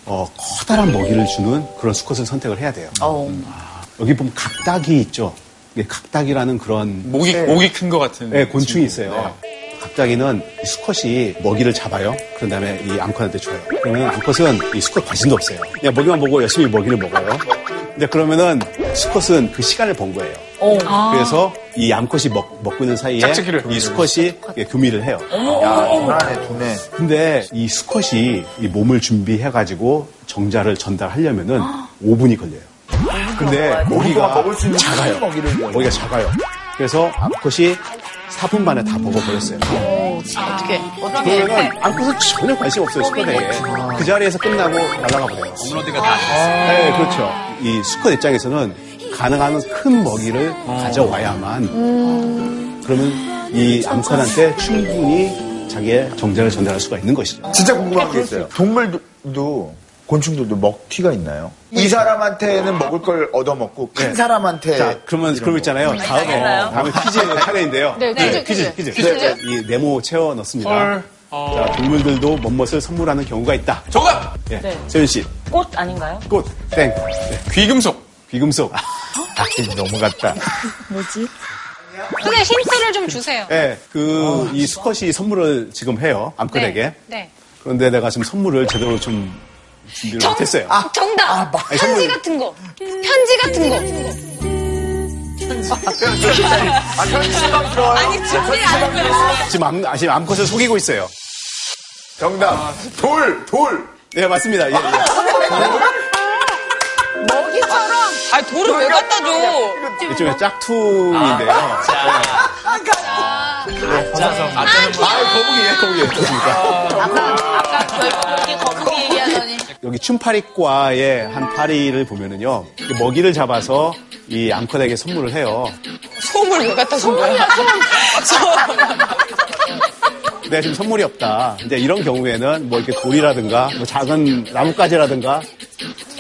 Speaker 8: 어, 커다란 먹이를 주는 그런 수컷을 선택을 해야 돼요.
Speaker 5: 어.
Speaker 8: 아, 여기 보면 각닭이 있죠. 이게 각닭이라는 그런
Speaker 10: 목이 목이 큰 것 같은.
Speaker 8: 네, 곤충이 있어요.
Speaker 11: 네.
Speaker 8: 갑자기는 이 수컷이 먹이를 잡아요. 그런 다음에 이 암컷한테 줘요. 그러면 암컷은 이 수컷 관심도 없어요. 그냥 먹이만 보고 열심히 먹이를 먹어요. 근데 그러면은 수컷은 그 시간을 번 거예요. 그래서 이 암컷이 먹, 먹고 있는 사이에
Speaker 11: 짝짓기를.
Speaker 8: 이 수컷이 예, 교미를 해요.
Speaker 11: 도난해, 도네.
Speaker 8: 근데 이 수컷이 이 몸을 준비해가지고 정자를 전달하려면은 5분이 걸려요. 근데
Speaker 11: 먹이가
Speaker 8: 먹이가
Speaker 11: 먹을 수 있는
Speaker 8: 작아요.
Speaker 11: 먹이를 먹어요.
Speaker 8: 먹이가 작아요. 그래서 암컷이 4분 만에 다 먹어버렸어요.
Speaker 5: 어떻게?
Speaker 8: 그러면 암컷은 전혀 관심 없어요, 수컷에게.
Speaker 11: 아.
Speaker 8: 그 자리에서 끝나고 날아가 버려요.
Speaker 7: 업로드가 다
Speaker 8: 네, 그렇죠. 이 수컷 입장에서는 가능한 큰 먹이를
Speaker 11: 음.
Speaker 8: 가져와야만 그러면 이 암컷한테 충분히 자기의 정자를 전달할 수가 있는 것이죠.
Speaker 11: 진짜 궁금한 게 네, 있어요. 동물도 곤충들도 먹튀가 있나요? 네. 이 사람한테는 먹을 걸 얻어먹고 큰
Speaker 8: 네.
Speaker 11: 사람한테
Speaker 4: 예,
Speaker 8: 자, 그러면
Speaker 11: 이런
Speaker 8: 그런 거 있잖아요.
Speaker 11: 거.
Speaker 8: 다음에 다음에 퀴즈 차례인데요.
Speaker 11: 네, 퀴즈, 퀴즈.
Speaker 8: 퀴즈, 퀴즈.
Speaker 11: 퀴즈. 네.
Speaker 8: 이 네모 채워 넣습니다.
Speaker 6: 헐.
Speaker 8: 자, 동물들도 멋멋을 선물하는 경우가 있다.
Speaker 10: 어. 정답.
Speaker 8: 예,
Speaker 6: 네.
Speaker 8: 세윤 씨,
Speaker 6: 꽃 아닌가요?
Speaker 8: 꽃, 땡. 네.
Speaker 10: 귀금속.
Speaker 8: 귀금속.
Speaker 11: 닭이 넘어갔다.
Speaker 9: 뭐지? 선생님 힌트를 좀 주세요.
Speaker 8: 예, 그이 수컷이 선물을 지금 해요. 암컷에게.
Speaker 9: 네.
Speaker 8: 그런데 내가 지금 선물을 제대로 좀 준비를 못했어요.
Speaker 9: 아, 정답. 편지 같은 거. 편지 같은 거.
Speaker 4: 아, 현실감 들어요.
Speaker 5: 아니, 준비 안 했어요.
Speaker 8: 지금 암, 아, 지금 암컷을 속이고 있어요.
Speaker 4: 정답. 아, 돌, 아, 돌.
Speaker 8: 네, 맞습니다. 예, 예.
Speaker 2: 먹이처럼.
Speaker 6: 아니, 돌을 왜 갖다 줘?
Speaker 8: 일종의 짝퉁인데요. 네.
Speaker 2: 아,
Speaker 8: 아,
Speaker 4: 아, 거북이에요,
Speaker 8: 거북이에요.
Speaker 5: 아까 결국 거북이 얘기하더니.
Speaker 8: 여기 춘파리과의 한 파리를 보면은요, 먹이를 잡아서 이 암컷에게 선물을 해요.
Speaker 6: 소음을 왜 갖다 준 거야?
Speaker 8: [laughs] 내가 지금 선물이 없다. 이제 이런 경우에는 뭐 이렇게 돌이라든가, 뭐 작은 나뭇가지라든가,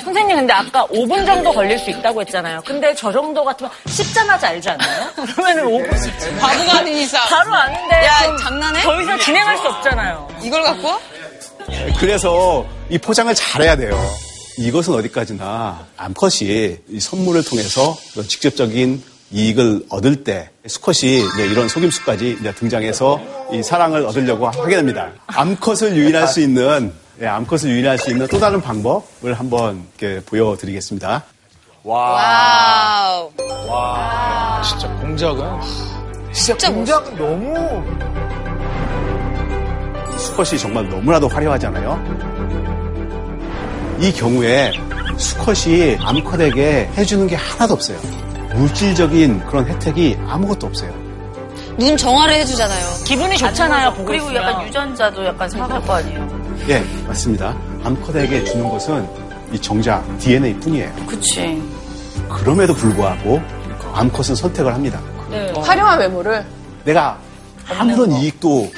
Speaker 6: 선생님 근데 아까 5분 정도 걸릴 수 있다고 했잖아요. 근데 저 정도 같으면 씹자마자 알지
Speaker 1: [laughs]
Speaker 6: 않나요? 그러면은 5분
Speaker 9: 바보가 아닌 이상.
Speaker 6: 바로 아는데
Speaker 9: 야,
Speaker 6: 그럼
Speaker 9: 장난해?
Speaker 6: 더 이상 진행할 수 없잖아요.
Speaker 9: 이걸 갖고
Speaker 5: 그
Speaker 9: 와?
Speaker 8: 그래서 이 포장을 잘해야 돼요. 이것은 어디까지나 암컷이 이 선물을 통해서 이런 직접적인 이익을 얻을 때 수컷이 이제 이런 속임수까지 이제 등장해서 이 사랑을 얻으려고 하게 됩니다. 암컷을 유인할 수 있는 예, 암컷을 유인할 수 있는 또 다른 방법을 한번 이렇게 보여드리겠습니다.
Speaker 9: 와우.
Speaker 3: 진짜 공작은
Speaker 9: 진짜 공작
Speaker 11: 너무
Speaker 8: 수컷이 정말 너무나도 화려하잖아요. 이 경우에 수컷이 암컷에게 해주는 게 하나도 없어요. 물질적인 그런 혜택이 아무것도 없어요.
Speaker 9: 눈 정화를 해주잖아요.
Speaker 6: 기분이
Speaker 5: 좋잖아요, 보고 그리고 있으면. 약간 유전자도 약간 생각할 거 아니에요.
Speaker 8: 예, 맞습니다. 암컷에게 주는 것은 이 정작 DNA 뿐이에요.
Speaker 5: 그치.
Speaker 8: 그럼에도 불구하고 암컷은 선택을 합니다.
Speaker 2: 화려한 외모를.
Speaker 8: 내가 아무런 이익도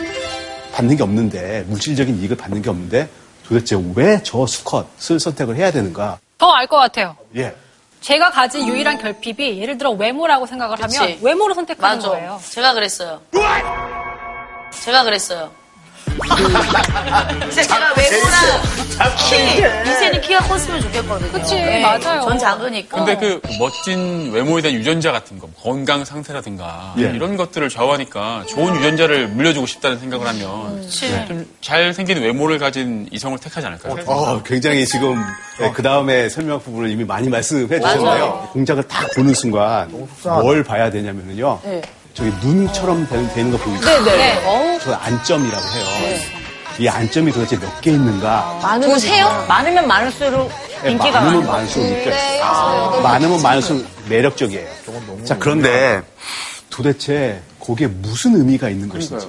Speaker 8: 받는 게 없는데, 물질적인 이익을 받는 게 없는데, 도대체 왜 저 수컷을 선택을 해야 되는가?
Speaker 1: 더 알 것 같아요.
Speaker 8: 예,
Speaker 1: 제가 가진 유일한 결핍이 예를 들어 외모라고 생각을 하면
Speaker 5: 그치.
Speaker 1: 외모로 선택하는
Speaker 5: 맞아.
Speaker 1: 거예요.
Speaker 5: 제가 그랬어요. 제가 그랬어요. 진짜 [laughs] 제가 외모랑 키, 미세니 키가 컸으면 좋겠거든요.
Speaker 1: 그치, 맞아요.
Speaker 5: 전 작으니까.
Speaker 10: 근데 그 멋진 외모에 대한 유전자 같은 거, 뭐 건강 상태라든가
Speaker 8: 예.
Speaker 10: 이런 것들을 좌우하니까 좋은 유전자를 물려주고 싶다는 생각을 하면 좀 잘생긴 외모를 가진 이성을 택하지 않을까요?
Speaker 8: 어, 굉장히 지금 그 다음에 설명 부분을 이미 많이 말씀해 주셨는데요.
Speaker 10: 맞아요.
Speaker 8: 공작을 딱 보는 순간 뭘 봐야 되냐면요.
Speaker 2: 네.
Speaker 8: 저기 눈처럼 되는, 되는 거 보이죠?
Speaker 2: 네네. 네. 어우.
Speaker 8: 저 안점이라고 해요.
Speaker 2: 네.
Speaker 8: 이 안점이 도대체 몇 개 있는가?
Speaker 2: 많으면
Speaker 6: 보세요? 많으면 많을수록
Speaker 8: 예,
Speaker 6: 인기가 네,
Speaker 8: 많으면
Speaker 6: 많아요.
Speaker 8: 많을수록 인기가 있어요. 많으면 많을수록 매력적이에요. 자, 그런데 도대체 그게 무슨 의미가 있는 것인지.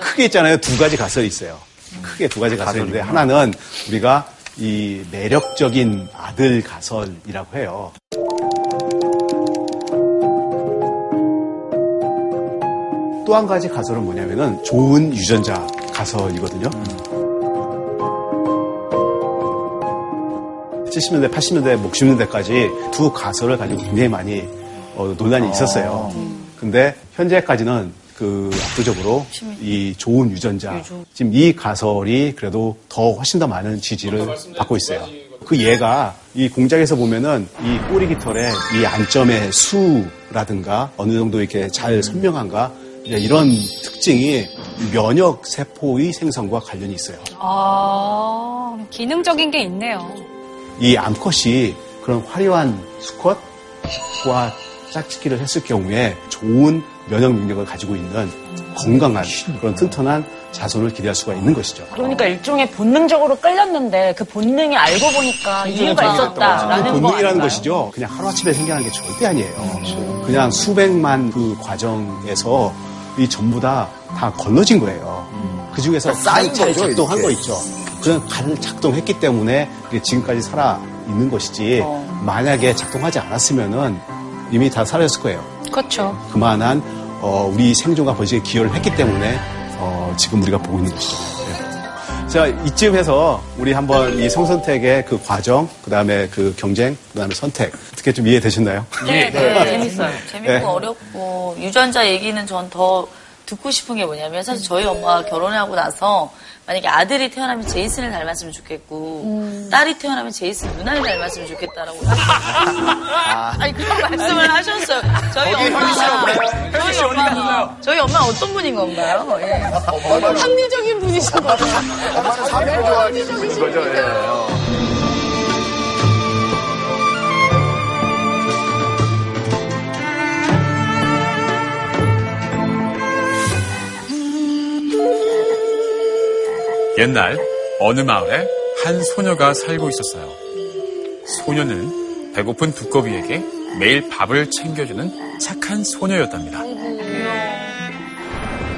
Speaker 8: 크게 있잖아요. 두 가지 가설이 있어요. 크게 두 가지 가설이 있는데 하나는 우리가 이 매력적인 아들 가설이라고 해요. 또 한 가지 가설은 뭐냐면은 좋은 유전자 가설이거든요. 70년대, 80년대, 뭐 90년대까지 두 가설을 가지고 굉장히 많이 어, 논란이 있었어요. 근데 현재까지는 그 압도적으로 이 네, 좋은 유전자 지금 이 가설이 그래도 더 훨씬 더 많은 지지를 받고 있어요. 그 얘가 이 공작에서 보면은 이 꼬리 깃털의 이 안점의 수라든가 어느 정도 이렇게 잘 선명한가 이제 이런 특징이 면역 세포의 생성과 관련이 있어요.
Speaker 1: 아, 기능적인 게 있네요.
Speaker 8: 이 암컷이 그런 화려한 수컷과 짝짓기를 했을 경우에 좋은 면역 능력을 가지고 있는 건강한 그런 튼튼한 자손을 기대할 수가 있는 것이죠.
Speaker 6: 그러니까 일종의 본능적으로 끌렸는데 그 본능이 알고 보니까 이유가 있었다라는 거
Speaker 8: 음, 그 본능이라는
Speaker 6: 아닌가요? 음.
Speaker 8: 것이죠. 그냥 하루아침에 생겨난 게 절대 아니에요. 그냥 수백만 그 과정에서 이 전부 다 다 걸러진 거예요.
Speaker 6: 음.
Speaker 8: 그 중에서
Speaker 6: 그러니까
Speaker 4: 쌓인
Speaker 8: 잘
Speaker 4: 거죠,
Speaker 8: 작동한
Speaker 4: 이렇게.
Speaker 8: 거 있죠. 그냥 간을 작동했기 때문에 이게 지금까지 살아 있는 것이지
Speaker 6: 어.
Speaker 8: 만약에 작동하지 않았으면은 이미 다 사라졌을 거예요.
Speaker 1: 그렇죠.
Speaker 8: 그만한 어, 우리 생존과 번식에 기여를 했기 때문에 어, 지금 우리가 보고 있는 것이죠. 예. 자 이쯤에서 우리 한번 이 성선택의 그 과정, 그 다음에 그 경쟁, 그 다음에 선택 어떻게 좀 이해되셨나요?
Speaker 5: 네, 네.
Speaker 6: 재밌어요.
Speaker 5: 재밌고
Speaker 8: 네.
Speaker 5: 어렵고 유전자 얘기는 전 더 듣고 싶은 게 뭐냐면 사실 저희 엄마가 결혼하고 나서 만약에 아들이 태어나면 제이슨을 닮았으면 좋겠고
Speaker 6: 음.
Speaker 5: 딸이 태어나면 제이슨 누나를 닮았으면 좋겠다라고 [laughs] 아니 그런 말씀을 하셨어요. 저희
Speaker 6: 거기 현희 씨
Speaker 5: 엄마가
Speaker 6: 없나요? 현희 씨
Speaker 5: 저희
Speaker 6: 어디 갔나요?
Speaker 5: 엄마 저희 엄마 어떤 분인 건가요? 예.
Speaker 2: 합리적인 분이셔가지고.
Speaker 4: 엄마는 사명을 좋아하시는 거죠. 예.
Speaker 10: 옛날 어느 마을에 한 소녀가 살고 있었어요. 소녀는 배고픈 두꺼비에게 매일 밥을 챙겨주는 착한 소녀였답니다.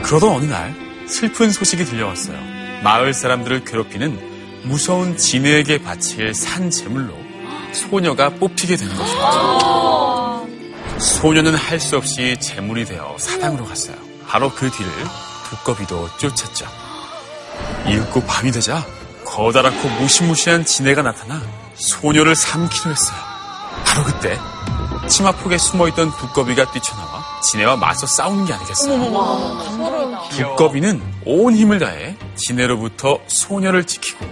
Speaker 10: 그러던 어느 날 슬픈 소식이 들려왔어요. 마을 사람들을 괴롭히는 무서운 지네에게 바칠 산 제물로 소녀가 뽑히게 된 것이죠. 소녀는 할 수 없이 제물이 되어 사당으로 갔어요. 바로 그 뒤를 두꺼비도 쫓았죠. 이윽고 밤이 되자 커다랗고 무시무시한 지네가 나타나 소녀를 삼키려 했어요. 바로 그때 치마폭에 숨어있던 두꺼비가 뛰쳐나와 지네와 맞서 싸우는 게 아니겠어요. 두꺼비는 온 힘을 다해 지네로부터 소녀를 지키고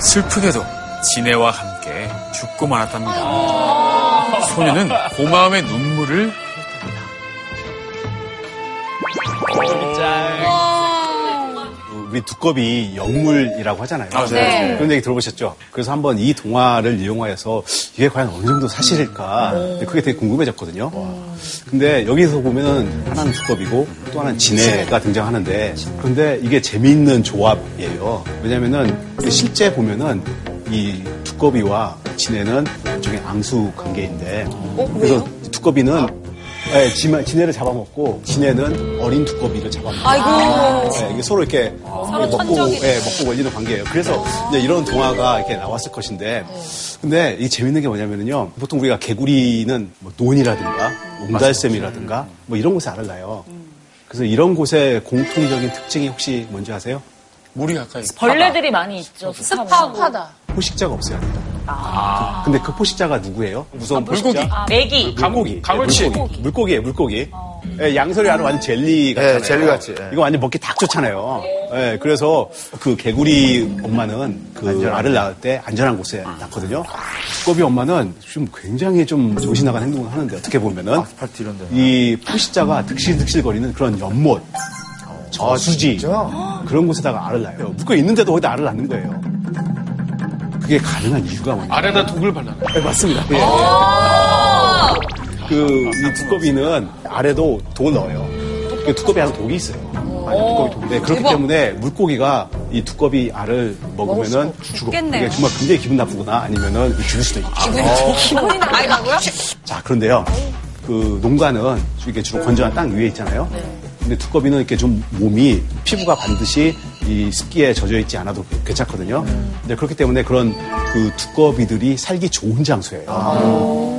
Speaker 10: 슬프게도 지네와 함께 죽고 말았답니다. 소녀는 고마움의 눈물을
Speaker 8: 우리 두꺼비 영물이라고 하잖아요.
Speaker 10: 아, 네.
Speaker 8: 그런 얘기 들어보셨죠? 그래서 한번 이 동화를 이용하여서 이게 과연 어느 정도 사실일까 근데 그게 되게 궁금해졌거든요. 근데 여기서 보면은 하나는 두꺼비고 또 하나는 진해가 등장하는데 근데 이게 재미있는 조합이에요. 왜냐면은 실제 보면은 이 두꺼비와 진해는 일종의 앙수 관계인데 어, 그래서 두꺼비는 네, 진- 진해를 잡아먹고 진해는 어린 두꺼비를 잡아먹고
Speaker 9: 아이고.
Speaker 8: 네, 이게 서로 이렇게
Speaker 9: 서로 네.
Speaker 8: 먹고
Speaker 9: 천적이
Speaker 8: 예, 먹고 걸리는 관계예요. 그래서 이제 이런 동화가 이렇게 나왔을 것인데
Speaker 9: 네.
Speaker 8: 근데 이게 재밌는 게 뭐냐면요. 보통 우리가 개구리는 뭐 논이라든가
Speaker 9: 음.
Speaker 8: 옹달샘이라든가 뭐 이런 곳에 알을 낳아요. 그래서 이런 곳의 공통적인 특징이 혹시 뭔지 아세요?
Speaker 10: 물이 가까이
Speaker 6: 벌레들이 많이 있죠. 습하고.
Speaker 8: 포식자가 없어야 돼요.
Speaker 9: 아.
Speaker 8: 근데 그 포식자가 누구예요? 무서운
Speaker 6: 아, 물고기.
Speaker 8: 포식자?
Speaker 6: 아, 메기.
Speaker 8: 물고기.
Speaker 6: 강물치.
Speaker 8: 예, 물고기. 물고기예요, 물고기. 예, 양서류 안에 완전 젤리 같잖아요.
Speaker 4: 젤리같이, 예.
Speaker 8: 이거 완전 먹기 딱 좋잖아요. 예, 그래서 그 개구리 엄마는 그 알을 낳을 때 안전한 곳에 낳거든요. 꼬비 엄마는 좀 굉장히 좀 정신나간 행동을 하는데 어떻게 보면은 이 포식자가 득실득실거리는 그런 연못, 저수지 그런 곳에다가 알을 낳아요. 묶어 있는데도 거기다 알을 낳는 거예요. 그게 가능한 이유가 뭐냐?
Speaker 3: 알에다 독을 발라요.
Speaker 8: 네, 맞습니다. 예. 그, 이 두꺼비는 알에도 독을 넣어요. 그 두꺼비 알에 독이 있어요. 아니, 두꺼비 독이. 네, 그렇기
Speaker 9: 대박.
Speaker 8: 때문에 물고기가 이 두꺼비 알을 먹으면은 죽어.
Speaker 9: 죽겠네요.
Speaker 8: 이게 정말 굉장히 기분 나쁘거나 아니면은 죽을 수도 있고.
Speaker 9: 기분이 나가고요?
Speaker 8: 자, 그런데요. 그 농가는 이게 주로 건조한 땅 위에 있잖아요.
Speaker 9: 네.
Speaker 8: 근데 두꺼비는 이렇게 좀 몸이 피부가 반드시 이 습기에 젖어 있지 않아도 괜찮거든요.
Speaker 9: 음.
Speaker 8: 근데 그렇기 때문에 그런 그 두꺼비들이 살기 좋은 장소예요.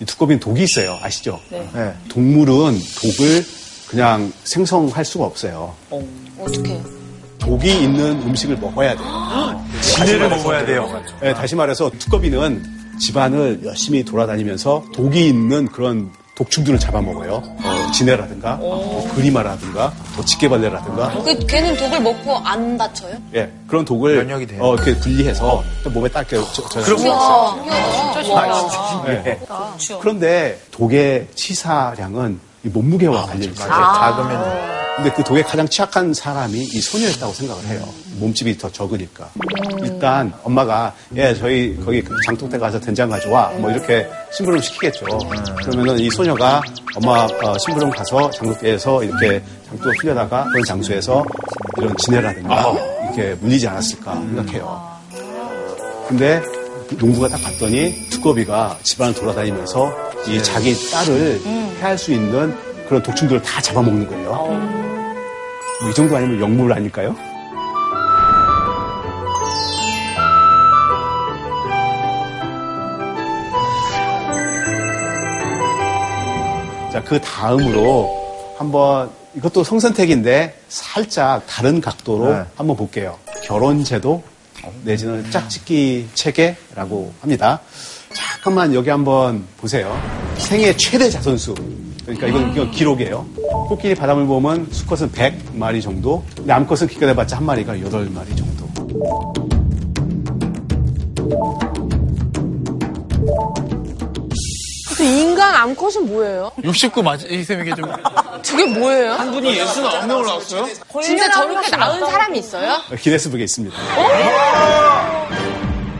Speaker 8: 이 두꺼비는 독이 있어요. 아시죠?
Speaker 9: 네.
Speaker 8: 네. 동물은 독을 그냥 생성할 수가 없어요.
Speaker 9: 어떻게?
Speaker 8: 독이 있는 음식을 먹어야 돼요.
Speaker 11: 지네를 먹어야 돼요. 아.
Speaker 8: 네, 다시 말해서 두꺼비는 집안을 열심히 돌아다니면서 독이 있는 그런 독충들을 잡아먹어요. 어, 지네라든가, 뭐 그리마라든가, 뭐 집게벌레라든가.
Speaker 9: 그 걔는 독을 먹고 안 다쳐요?
Speaker 8: 예, 그런 독을 어, 이렇게 분리해서 몸에 딱 이렇게 저, 저, 저,
Speaker 9: 우와, 신기하다.
Speaker 8: 와, 진짜 신기해.
Speaker 9: 네.
Speaker 8: 그런데 독의 치사량은 이 몸무게와 관련이 있어요. 아, 작으면. 근데 그 독에 가장 취약한 사람이 이 소녀였다고 생각을 해요. 몸집이 더 적으니까. 일단 엄마가 예 저희 거기 그 장독대 가서 된장 가져와 뭐 이렇게 심부름 시키겠죠. 그러면은 이 소녀가 엄마 어, 심부름 가서 장독대에서 이렇게 장독 흘려다가 그런 장소에서 이런 지내라든가 이렇게 물리지 않았을까 생각해요. 근데 농부가 딱 봤더니 두꺼비가 집안을 돌아다니면서 이 자기 딸을 해할 수 있는 그런 독충들을 다 잡아먹는 거예요. 뭐이 정도 아니면 영물 아닐까요? 자, 그 다음으로 한번 이것도 성선택인데 살짝 다른 각도로 한번 볼게요. 결혼제도 내지는 짝짓기 체계라고 합니다. 잠깐만 여기 한번 보세요. 생애 최대 자손수. 그러니까 이건, 이건 기록이에요. 코끼리 바람을 보면 수컷은 100마리 정도, 암컷은 기껏 해봤자 한 마리가 8마리 정도.
Speaker 2: 근데 인간 암컷은 뭐예요?
Speaker 10: 69 맞아 이 쌤에게 좀
Speaker 2: 그게 뭐예요?
Speaker 3: 한 분이 69명을 나왔어요?
Speaker 2: 진짜 저렇게 낳은 사람이 있어요?
Speaker 8: 기네스북에 있습니다.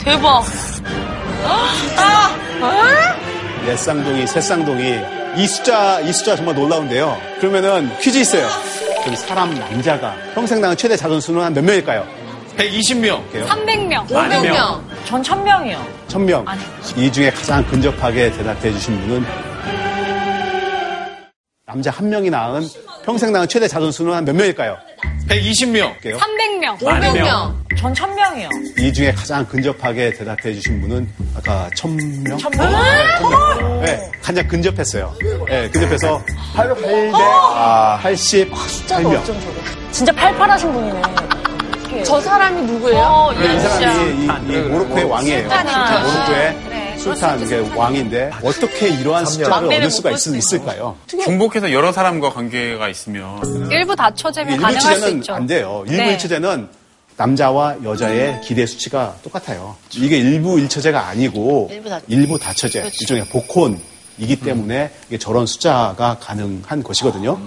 Speaker 5: 대박.
Speaker 2: 아!
Speaker 8: 넷 쌍둥이, 셋 쌍둥이. 이 숫자, 이 숫자 정말 놀라운데요. 그러면은 퀴즈 있어요. 그럼 사람 남자가 평생 나는 최대 자손 수는 한 몇 명일까요?
Speaker 14: 120명.
Speaker 6: 300명,
Speaker 8: 만 명.
Speaker 6: 500명. 전 1000명이요.
Speaker 8: 천명이 중에 가장 근접하게 대답해 주신 분은 남자 한 명이 낳은 평생 낳은 최대 자손 수는 한 몇 명일까요?
Speaker 14: 120명.
Speaker 6: 300명,
Speaker 8: 만 명.
Speaker 6: 500명. 전 1000명이요.
Speaker 8: 이 중에 가장 근접하게 대답해 주신 분은 아까 천명 어, 네, 가장 근접했어요. 네, 근접해서 800, 아, 80, 8명.
Speaker 15: 진짜 팔팔하신 분이네.
Speaker 2: 저 사람이 누구예요?
Speaker 8: 네, 이 사람이 이, 이 모로코의 왕이에요.
Speaker 2: 술탄이구나.
Speaker 8: 모로코의 술탄, 이게 왕인데 어떻게 이러한 숫자를
Speaker 10: 만배를
Speaker 8: 얻을
Speaker 10: 못
Speaker 8: 수가 있, 있을까요?
Speaker 10: 중복해서 여러 사람과 관계가 있으면
Speaker 1: 일부 다쳐지면 네, 가능할 수
Speaker 8: 일부일치제는
Speaker 1: 있죠.
Speaker 8: 안 돼요.
Speaker 1: 네. 음.
Speaker 8: 일부일치제는 남자와 여자의 기대 수치가 똑같아요. 이게 일부일처제가 아니고
Speaker 5: 일부 다-
Speaker 8: 일부 다처제
Speaker 1: 그렇죠.
Speaker 8: 일종의 복혼이기
Speaker 1: 음.
Speaker 8: 때문에 이게 저런 숫자가 가능한 것이거든요.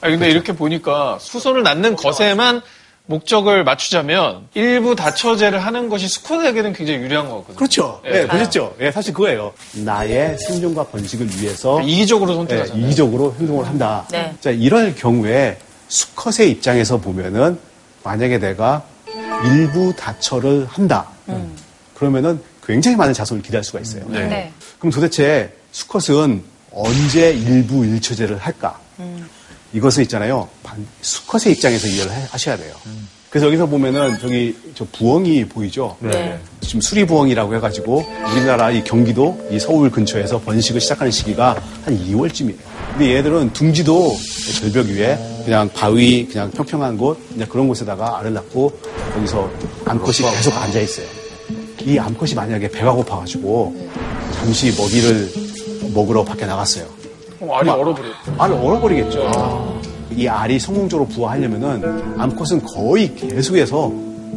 Speaker 3: 아니, 근데 이렇게 보니까 수소를 낳는 것에만 목적을 맞추자면 일부 다처제를 하는 것이 수컷에게는 굉장히 유리한 것 같거든요.
Speaker 8: 그렇죠.
Speaker 1: 네,
Speaker 8: 예, 보셨죠? 예, 사실 그거예요. 나의 생존과 번식을 위해서
Speaker 3: 이기적으로 선택하잖아요.
Speaker 8: 예, 이기적으로 행동을 한다.
Speaker 3: 네.
Speaker 8: 자, 이럴 경우에 수컷의 입장에서 보면은 만약에 내가 일부 다처를 한다. 그러면은 굉장히 많은 자손을 기대할 수가 있어요.
Speaker 16: 네.
Speaker 8: 그럼 도대체 수컷은 언제 일부 일처제를 할까? 이것은 있잖아요. 반- 수컷의 입장에서 이해를 하- 하셔야 돼요. 그래서 여기서 보면은 저기 저 부엉이 보이죠?
Speaker 16: 네.
Speaker 8: 지금 수리부엉이라고 해가지고 우리나라 이 경기도 이 서울 근처에서 번식을 시작하는 시기가 한 2월쯤이에요. 근데 얘들은 둥지도 절벽 위에 그냥 바위 그냥 평평한 곳 그냥 그런 곳에다가 알을 낳고 거기서 암컷이 계속 앉아 있어요. 이 암컷이 만약에 배가 고파가지고 잠시 먹이를 먹으러 밖에 나갔어요.
Speaker 3: 어, 알이 얼어버려.
Speaker 8: 알을 얼어버리겠죠. 이 알이 성공적으로 부화하려면은 암컷은 거의 계속해서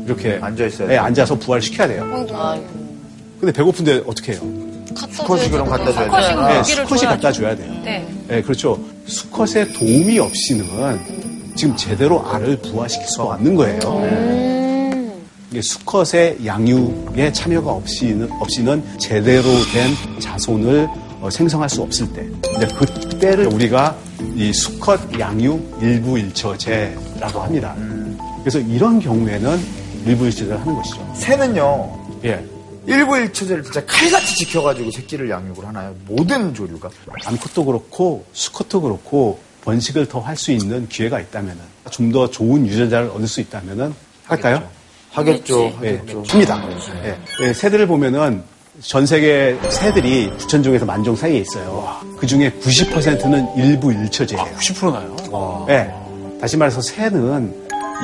Speaker 8: 이렇게 앉아 있어요. 네, 앉아서 부화를 시켜야 돼요. 근데 배고픈데 어떻게 해요?
Speaker 4: 수컷이 그럼 갖다 줘야 돼요.
Speaker 8: 네, 수컷이 갖다 줘야 돼요.
Speaker 1: 네.
Speaker 8: 네, 그렇죠. 수컷의 도움이 없이는 지금 제대로 알을 부화시킬 수가 없는 거예요. 네. 이게 수컷의 양육에 참여가 없이는, 없이는 제대로 된 자손을 어, 생성할 수 없을 때. 근데 그때를 우리가 이 수컷 양육 일부일처제라고 합니다. 그래서 이런 경우에는 일부일처제를 하는 것이죠.
Speaker 4: 새는요.
Speaker 8: 예.
Speaker 4: 일부일처제를 진짜 칼같이 지켜가지고 새끼를 양육을 하나요? 모든 조류가.
Speaker 8: 암컷도 그렇고 수컷도 그렇고 번식을 더 할 수 있는 기회가 있다면 좀 더 좋은 유전자를 얻을 수 있다면 할까요?
Speaker 4: 하겠죠. 네,
Speaker 8: 예, 합니다.
Speaker 11: 네.
Speaker 8: 예. 예, 새들을 보면은 전 세계 새들이 9천 종에서 만 종 사이에 있어요. 그 중에 90%는 일부 일처제예요.
Speaker 10: 90% 나요?
Speaker 8: 예. 다시 말해서 새는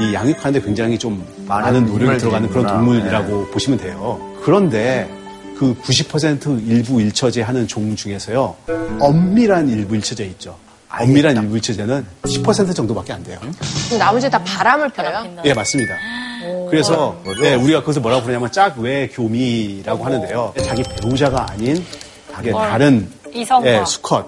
Speaker 8: 이 양육하는데 굉장히 좀 많은 네. 노력이
Speaker 4: 힘을
Speaker 8: 들어가는 그런
Speaker 4: 드리는구나.
Speaker 8: 동물이라고 보시면 돼요. 그런데 그 90% 일부 일처제 하는 종 중에서요. 엄밀한 일부 일처제 있죠. 엄밀한 일부 일처제는 10% 정도밖에 안
Speaker 1: 음.
Speaker 8: 돼요.
Speaker 2: 그럼 나머지 다 바람을 펴요?
Speaker 8: 예, 맞습니다. 그래서 네, 우리가 그것을 뭐라고 부르냐면 짝외 교미라고 하는데요. 자기 배우자가 아닌 자기
Speaker 1: 헐.
Speaker 8: 다른
Speaker 1: 음. 이성과.
Speaker 8: 예, 수컷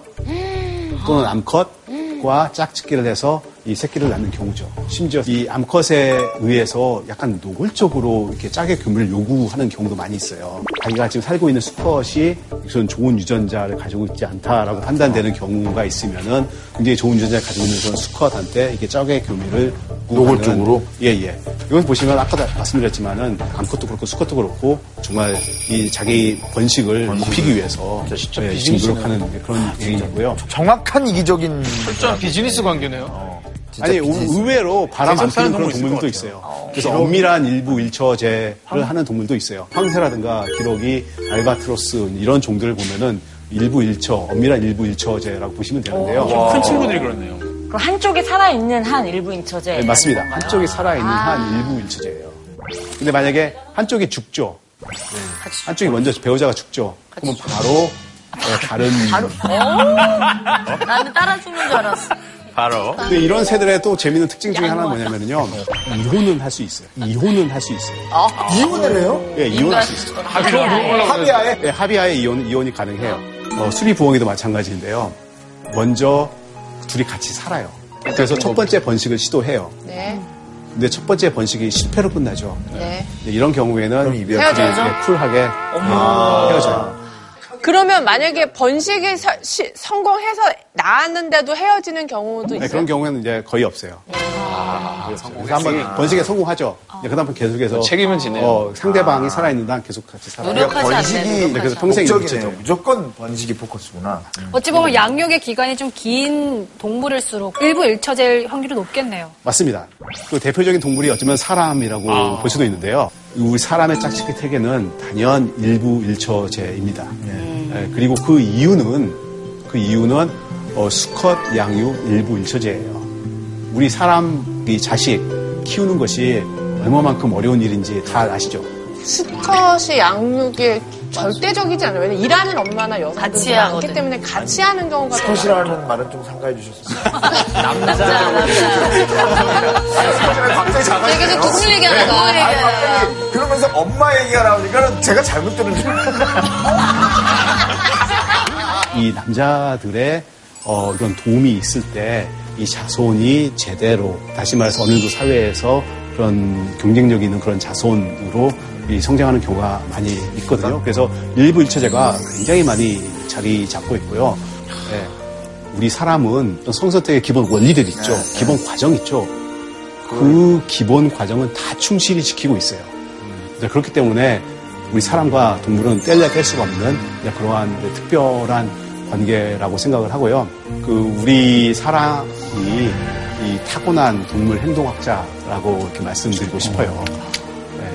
Speaker 8: 또는 암컷과 짝짓기를 해서 이 새끼를 낳는 경우죠. 심지어 이 암컷에 의해서 약간 노골적으로 이렇게 짝의 교미를 요구하는 경우도 많이 있어요. 자기가 지금 살고 있는 수컷이 우선 좋은 유전자를 가지고 있지 않다라고 판단되는 경우가 있으면은 굉장히 좋은 유전자를 가지고 있는 그런 수컷한테 이게 짝의 교미를 노골적으로 예예. 이건 보시면 아까도 말씀드렸지만은 암컷도 그렇고 수컷도 그렇고 정말 이 자기 번식을 높이기 위해서 예, 지금
Speaker 4: 비즈니스네.
Speaker 8: 노력하는 아, 그런 얘기고요.
Speaker 4: 정확한 이기적인.
Speaker 3: 철저한 비즈니스 관계네요.
Speaker 8: 아니 의외로 바람 안 피는 그런 동물도 있어요. 그래서 엄밀한 일부 일처제를 하는 동물도 있어요. 황새라든가 기러기, 알바트로스 이런 종들을 보면은 일부 일처, 엄밀한 일부 일처제라고 보시면 되는데요.
Speaker 10: 좀큰 친구들이 그렇네요.
Speaker 15: 그럼 한쪽이 살아있는 한 일부 인처제.
Speaker 8: 네, 맞습니다. 한쪽이 살아있는 한 일부 일처제예요. 근데 만약에 한쪽이 음, 죽죠. 한쪽이 먼저 배우자가 죽죠. 그러면 바로 [laughs] 네, 다른
Speaker 5: 나는 따라 죽는 줄 알았어.
Speaker 8: 바로. 근데 이런 새들의 또 재밌는 특징 중에 하나는 뭐냐면요. 이혼은 할 수 있어요. 이혼은 할 수 있어요.
Speaker 4: 이혼을 해요?
Speaker 8: 예, 이혼할 수 있어요.
Speaker 4: 아, 그럼
Speaker 2: 네.
Speaker 4: 그런 걸로 합의하에?
Speaker 8: 예, 합의하에 이혼, 이혼이 가능해요. 어, 수리 부엉이도 마찬가지인데요. 먼저 둘이 같이 살아요. 그래서 첫 번째 번식을 시도해요.
Speaker 2: 네.
Speaker 8: 근데 첫 번째 번식이 실패로 끝나죠.
Speaker 2: 네.
Speaker 8: 이제 이런 경우에는
Speaker 2: 헤어져요?
Speaker 8: 예, 쿨하게 예, 헤어져요.
Speaker 2: 그러면 만약에 번식이 서- 시- 성공해서 나왔는데도 헤어지는 경우도
Speaker 8: 네,
Speaker 2: 있어요. 네.
Speaker 8: 그런 경우에는 이제 거의 없어요. 그래서 한번 번식에 성공하죠.
Speaker 2: 아.
Speaker 8: 이제 그다음부터 계속해서
Speaker 3: 책임은 지네요.
Speaker 8: 어, 상대방이 살아있는 한 계속 같이 살아요. 네, 그래서 평생
Speaker 4: 목적이네요. 무조건 번식이 포커스구나.
Speaker 1: 어찌 보면 양육의 기간이 좀 긴 동물일수록 일부 일처제일 확률이 높겠네요.
Speaker 8: 맞습니다. 그 대표적인 동물이 어쩌면 사람이라고 볼 수도 있는데요. 우리 사람의 짝짓기 태계는 단연 일부 일처제입니다. 예, 그리고 그 이유는 그 이유는 어, 수컷 양육 일부 일처제예요. 우리 사람이 자식 키우는 것이 얼마만큼 어려운 일인지 다 아시죠?
Speaker 2: 수컷이 양육에 절대적이지 않아요. 왜냐면 일하는 엄마나 여성들이
Speaker 5: 같이
Speaker 2: 많기
Speaker 5: 하거든요.
Speaker 2: 때문에 같이 하는 경우가 더 많아요.
Speaker 4: 스컷이라는 말은 좀 상가해
Speaker 11: [laughs]
Speaker 4: 주셨습니다.
Speaker 5: 남자,
Speaker 4: 갑자기 자가
Speaker 9: 되게 좀 동물 얘기하는 거.
Speaker 4: 그러면서 엄마 얘기가 나오니까 제가 잘못 들은 줄
Speaker 8: 이 남자들의 어, 이런 도움이 있을 때 이 자손이 제대로 다시 말해서 어느 정도 사회에서 그런 경쟁력 있는 그런 자손으로 이 성장하는 경우가 많이 있거든요. 그래서 일부 일처제가 굉장히 많이 자리 잡고 있고요. 예. 우리 사람은 어떤 성선택의 기본 원리들 있죠. 기본 과정 있죠. 그 기본 과정은 다 충실히 지키고 있어요. 이제 그렇기 때문에 우리 사람과 동물은 뗄래야 뗄 수가 없는 이제 그러한 이제 특별한 관계라고 생각을 하고요. 그 우리 사람이 이 타고난 동물 행동학자라고 이렇게 말씀드리고 싶어요. 네.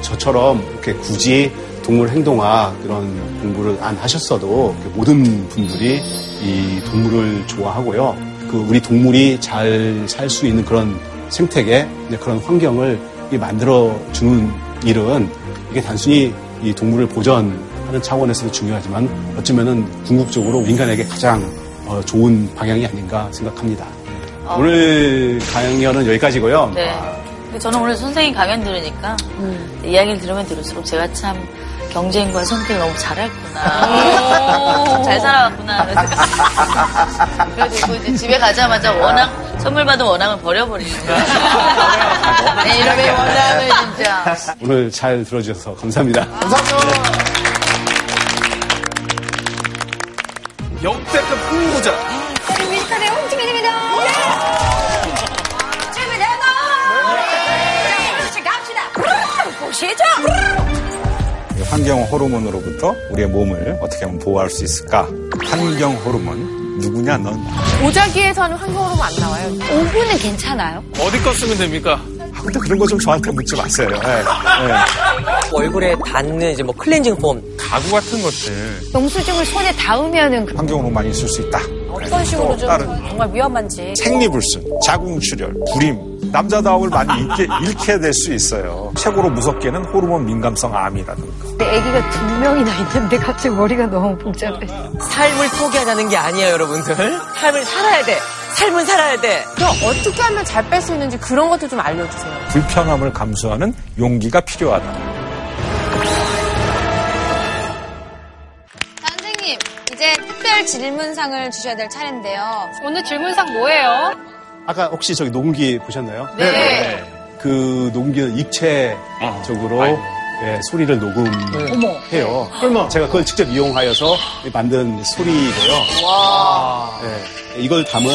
Speaker 8: 저처럼 이렇게 굳이 동물 행동학 그런 공부를 안 하셨어도 이렇게 모든 분들이 이 동물을 좋아하고요. 그 우리 동물이 잘 살 수 있는 그런 생태계 이제 그런 환경을 만들어 주는 일은 이게 단순히 이 동물을 보전하는 차원에서도 중요하지만 어쩌면은 궁극적으로 인간에게 가장 어, 좋은 방향이 아닌가 생각합니다.
Speaker 5: 어.
Speaker 8: 오늘 강연은 여기까지고요. 아,
Speaker 5: 네. 근데 저는 오늘 선생님 강연 들으니까 이야기를 들으면 들을수록 제가 참 경쟁과 선택을 너무 잘했구나. 잘 살아왔구나. [laughs] 그래서 이제 집에 가자마자 원앙, 선물 받은 원앙을 버려버리니까. [laughs] 네, 이놈의 [laughs] 원앙을 진짜.
Speaker 8: 오늘 잘 들어주셔서 감사합니다.
Speaker 10: 역대급 흥부자.
Speaker 9: 미스터리 홍지민입니다. 준비되고. 자, 1루씩 갑시다. 시작.
Speaker 10: 환경 호르몬으로부터 우리의 몸을 어떻게 하면 보호할 수 있을까? 환경 호르몬 누구냐 넌?
Speaker 2: 오자기에서는 환경으로 안 나와요.
Speaker 9: 오븐은 괜찮아요?
Speaker 10: 어디 거 쓰면 됩니까?
Speaker 17: 근데 그런 거 좀 저한테 묻지 마세요. 예, 예.
Speaker 6: 얼굴에 닿는 이제 뭐 클렌징 폼.
Speaker 10: 가구 같은 것들.
Speaker 9: 영수증을 손에 닿으면은 그-
Speaker 10: 환경 호르몬이 있을 수 있다.
Speaker 9: 어떤 식으로
Speaker 10: 또
Speaker 9: 좀
Speaker 10: 다른
Speaker 9: 정말 위험한지.
Speaker 10: 생리불순, 자궁출혈, 불임, 남자다움을 많이
Speaker 8: [laughs]
Speaker 10: 잃게, 잃게 될 수 있어요. 최고로 무섭게는 호르몬 민감성 암이라든가.
Speaker 9: 근데 아기가 두 명이나 있는데 갑자기 머리가 너무 복잡해.
Speaker 6: 삶을 포기하자는 게 아니에요, 여러분들. 삶을 살아야 돼. 삶은 살아야 돼.
Speaker 2: 그럼 어떻게 하면 잘 뺄 수 있는지 그런 것도 좀 알려주세요.
Speaker 10: 불편함을 감수하는 용기가 필요하다.
Speaker 9: 선생님, 이제 특별 질문상을 주셔야 될 차례인데요.
Speaker 1: 오늘 질문상 뭐예요?
Speaker 8: 아까 혹시 저기 농기 보셨나요?
Speaker 9: 네.
Speaker 8: 그 농기는
Speaker 10: 어.
Speaker 8: 입체적으로 예, 소리를
Speaker 5: 네.
Speaker 8: 녹음해요. 그럼 제가 그걸 직접 이용하여서 만든 소리고요. 예, 이걸 담은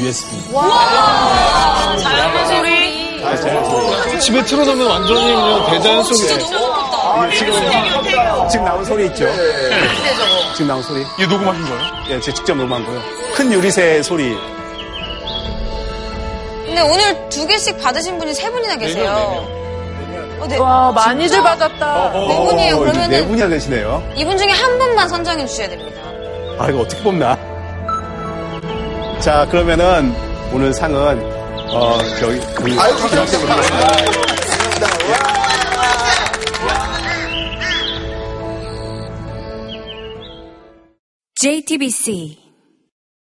Speaker 8: USB.
Speaker 5: 와! 자연의 소리.
Speaker 8: 예. 아, 제가
Speaker 3: 집에 틀어놓으면 완전히 그냥 대자연 속에
Speaker 8: 지금 나온 소리 있죠?
Speaker 9: 네.
Speaker 5: 근데 저거.
Speaker 8: 지금 나온 소리. 이거 녹음하신 거예요? 예, 제가 직접 녹음한 거예요. 큰 유리새 소리.
Speaker 9: 근데 오늘 두 개씩 받으신 분이 세
Speaker 8: 네
Speaker 9: 분이나 계세요. 어, 네.
Speaker 2: 와, 많이들
Speaker 9: 진짜?
Speaker 2: 받았다.
Speaker 9: 네 분이에요.
Speaker 8: 어, 이제 네
Speaker 9: 그러면은
Speaker 8: 분이나 되시네요.
Speaker 9: 이분 중에 한 분만 선정해 주셔야 됩니다.
Speaker 8: 아, 이거 어떻게 뽑나? 자, 그러면은 오늘 상은, 어, 저기, 그,
Speaker 18: 아유, 감사합니다.
Speaker 9: JTBC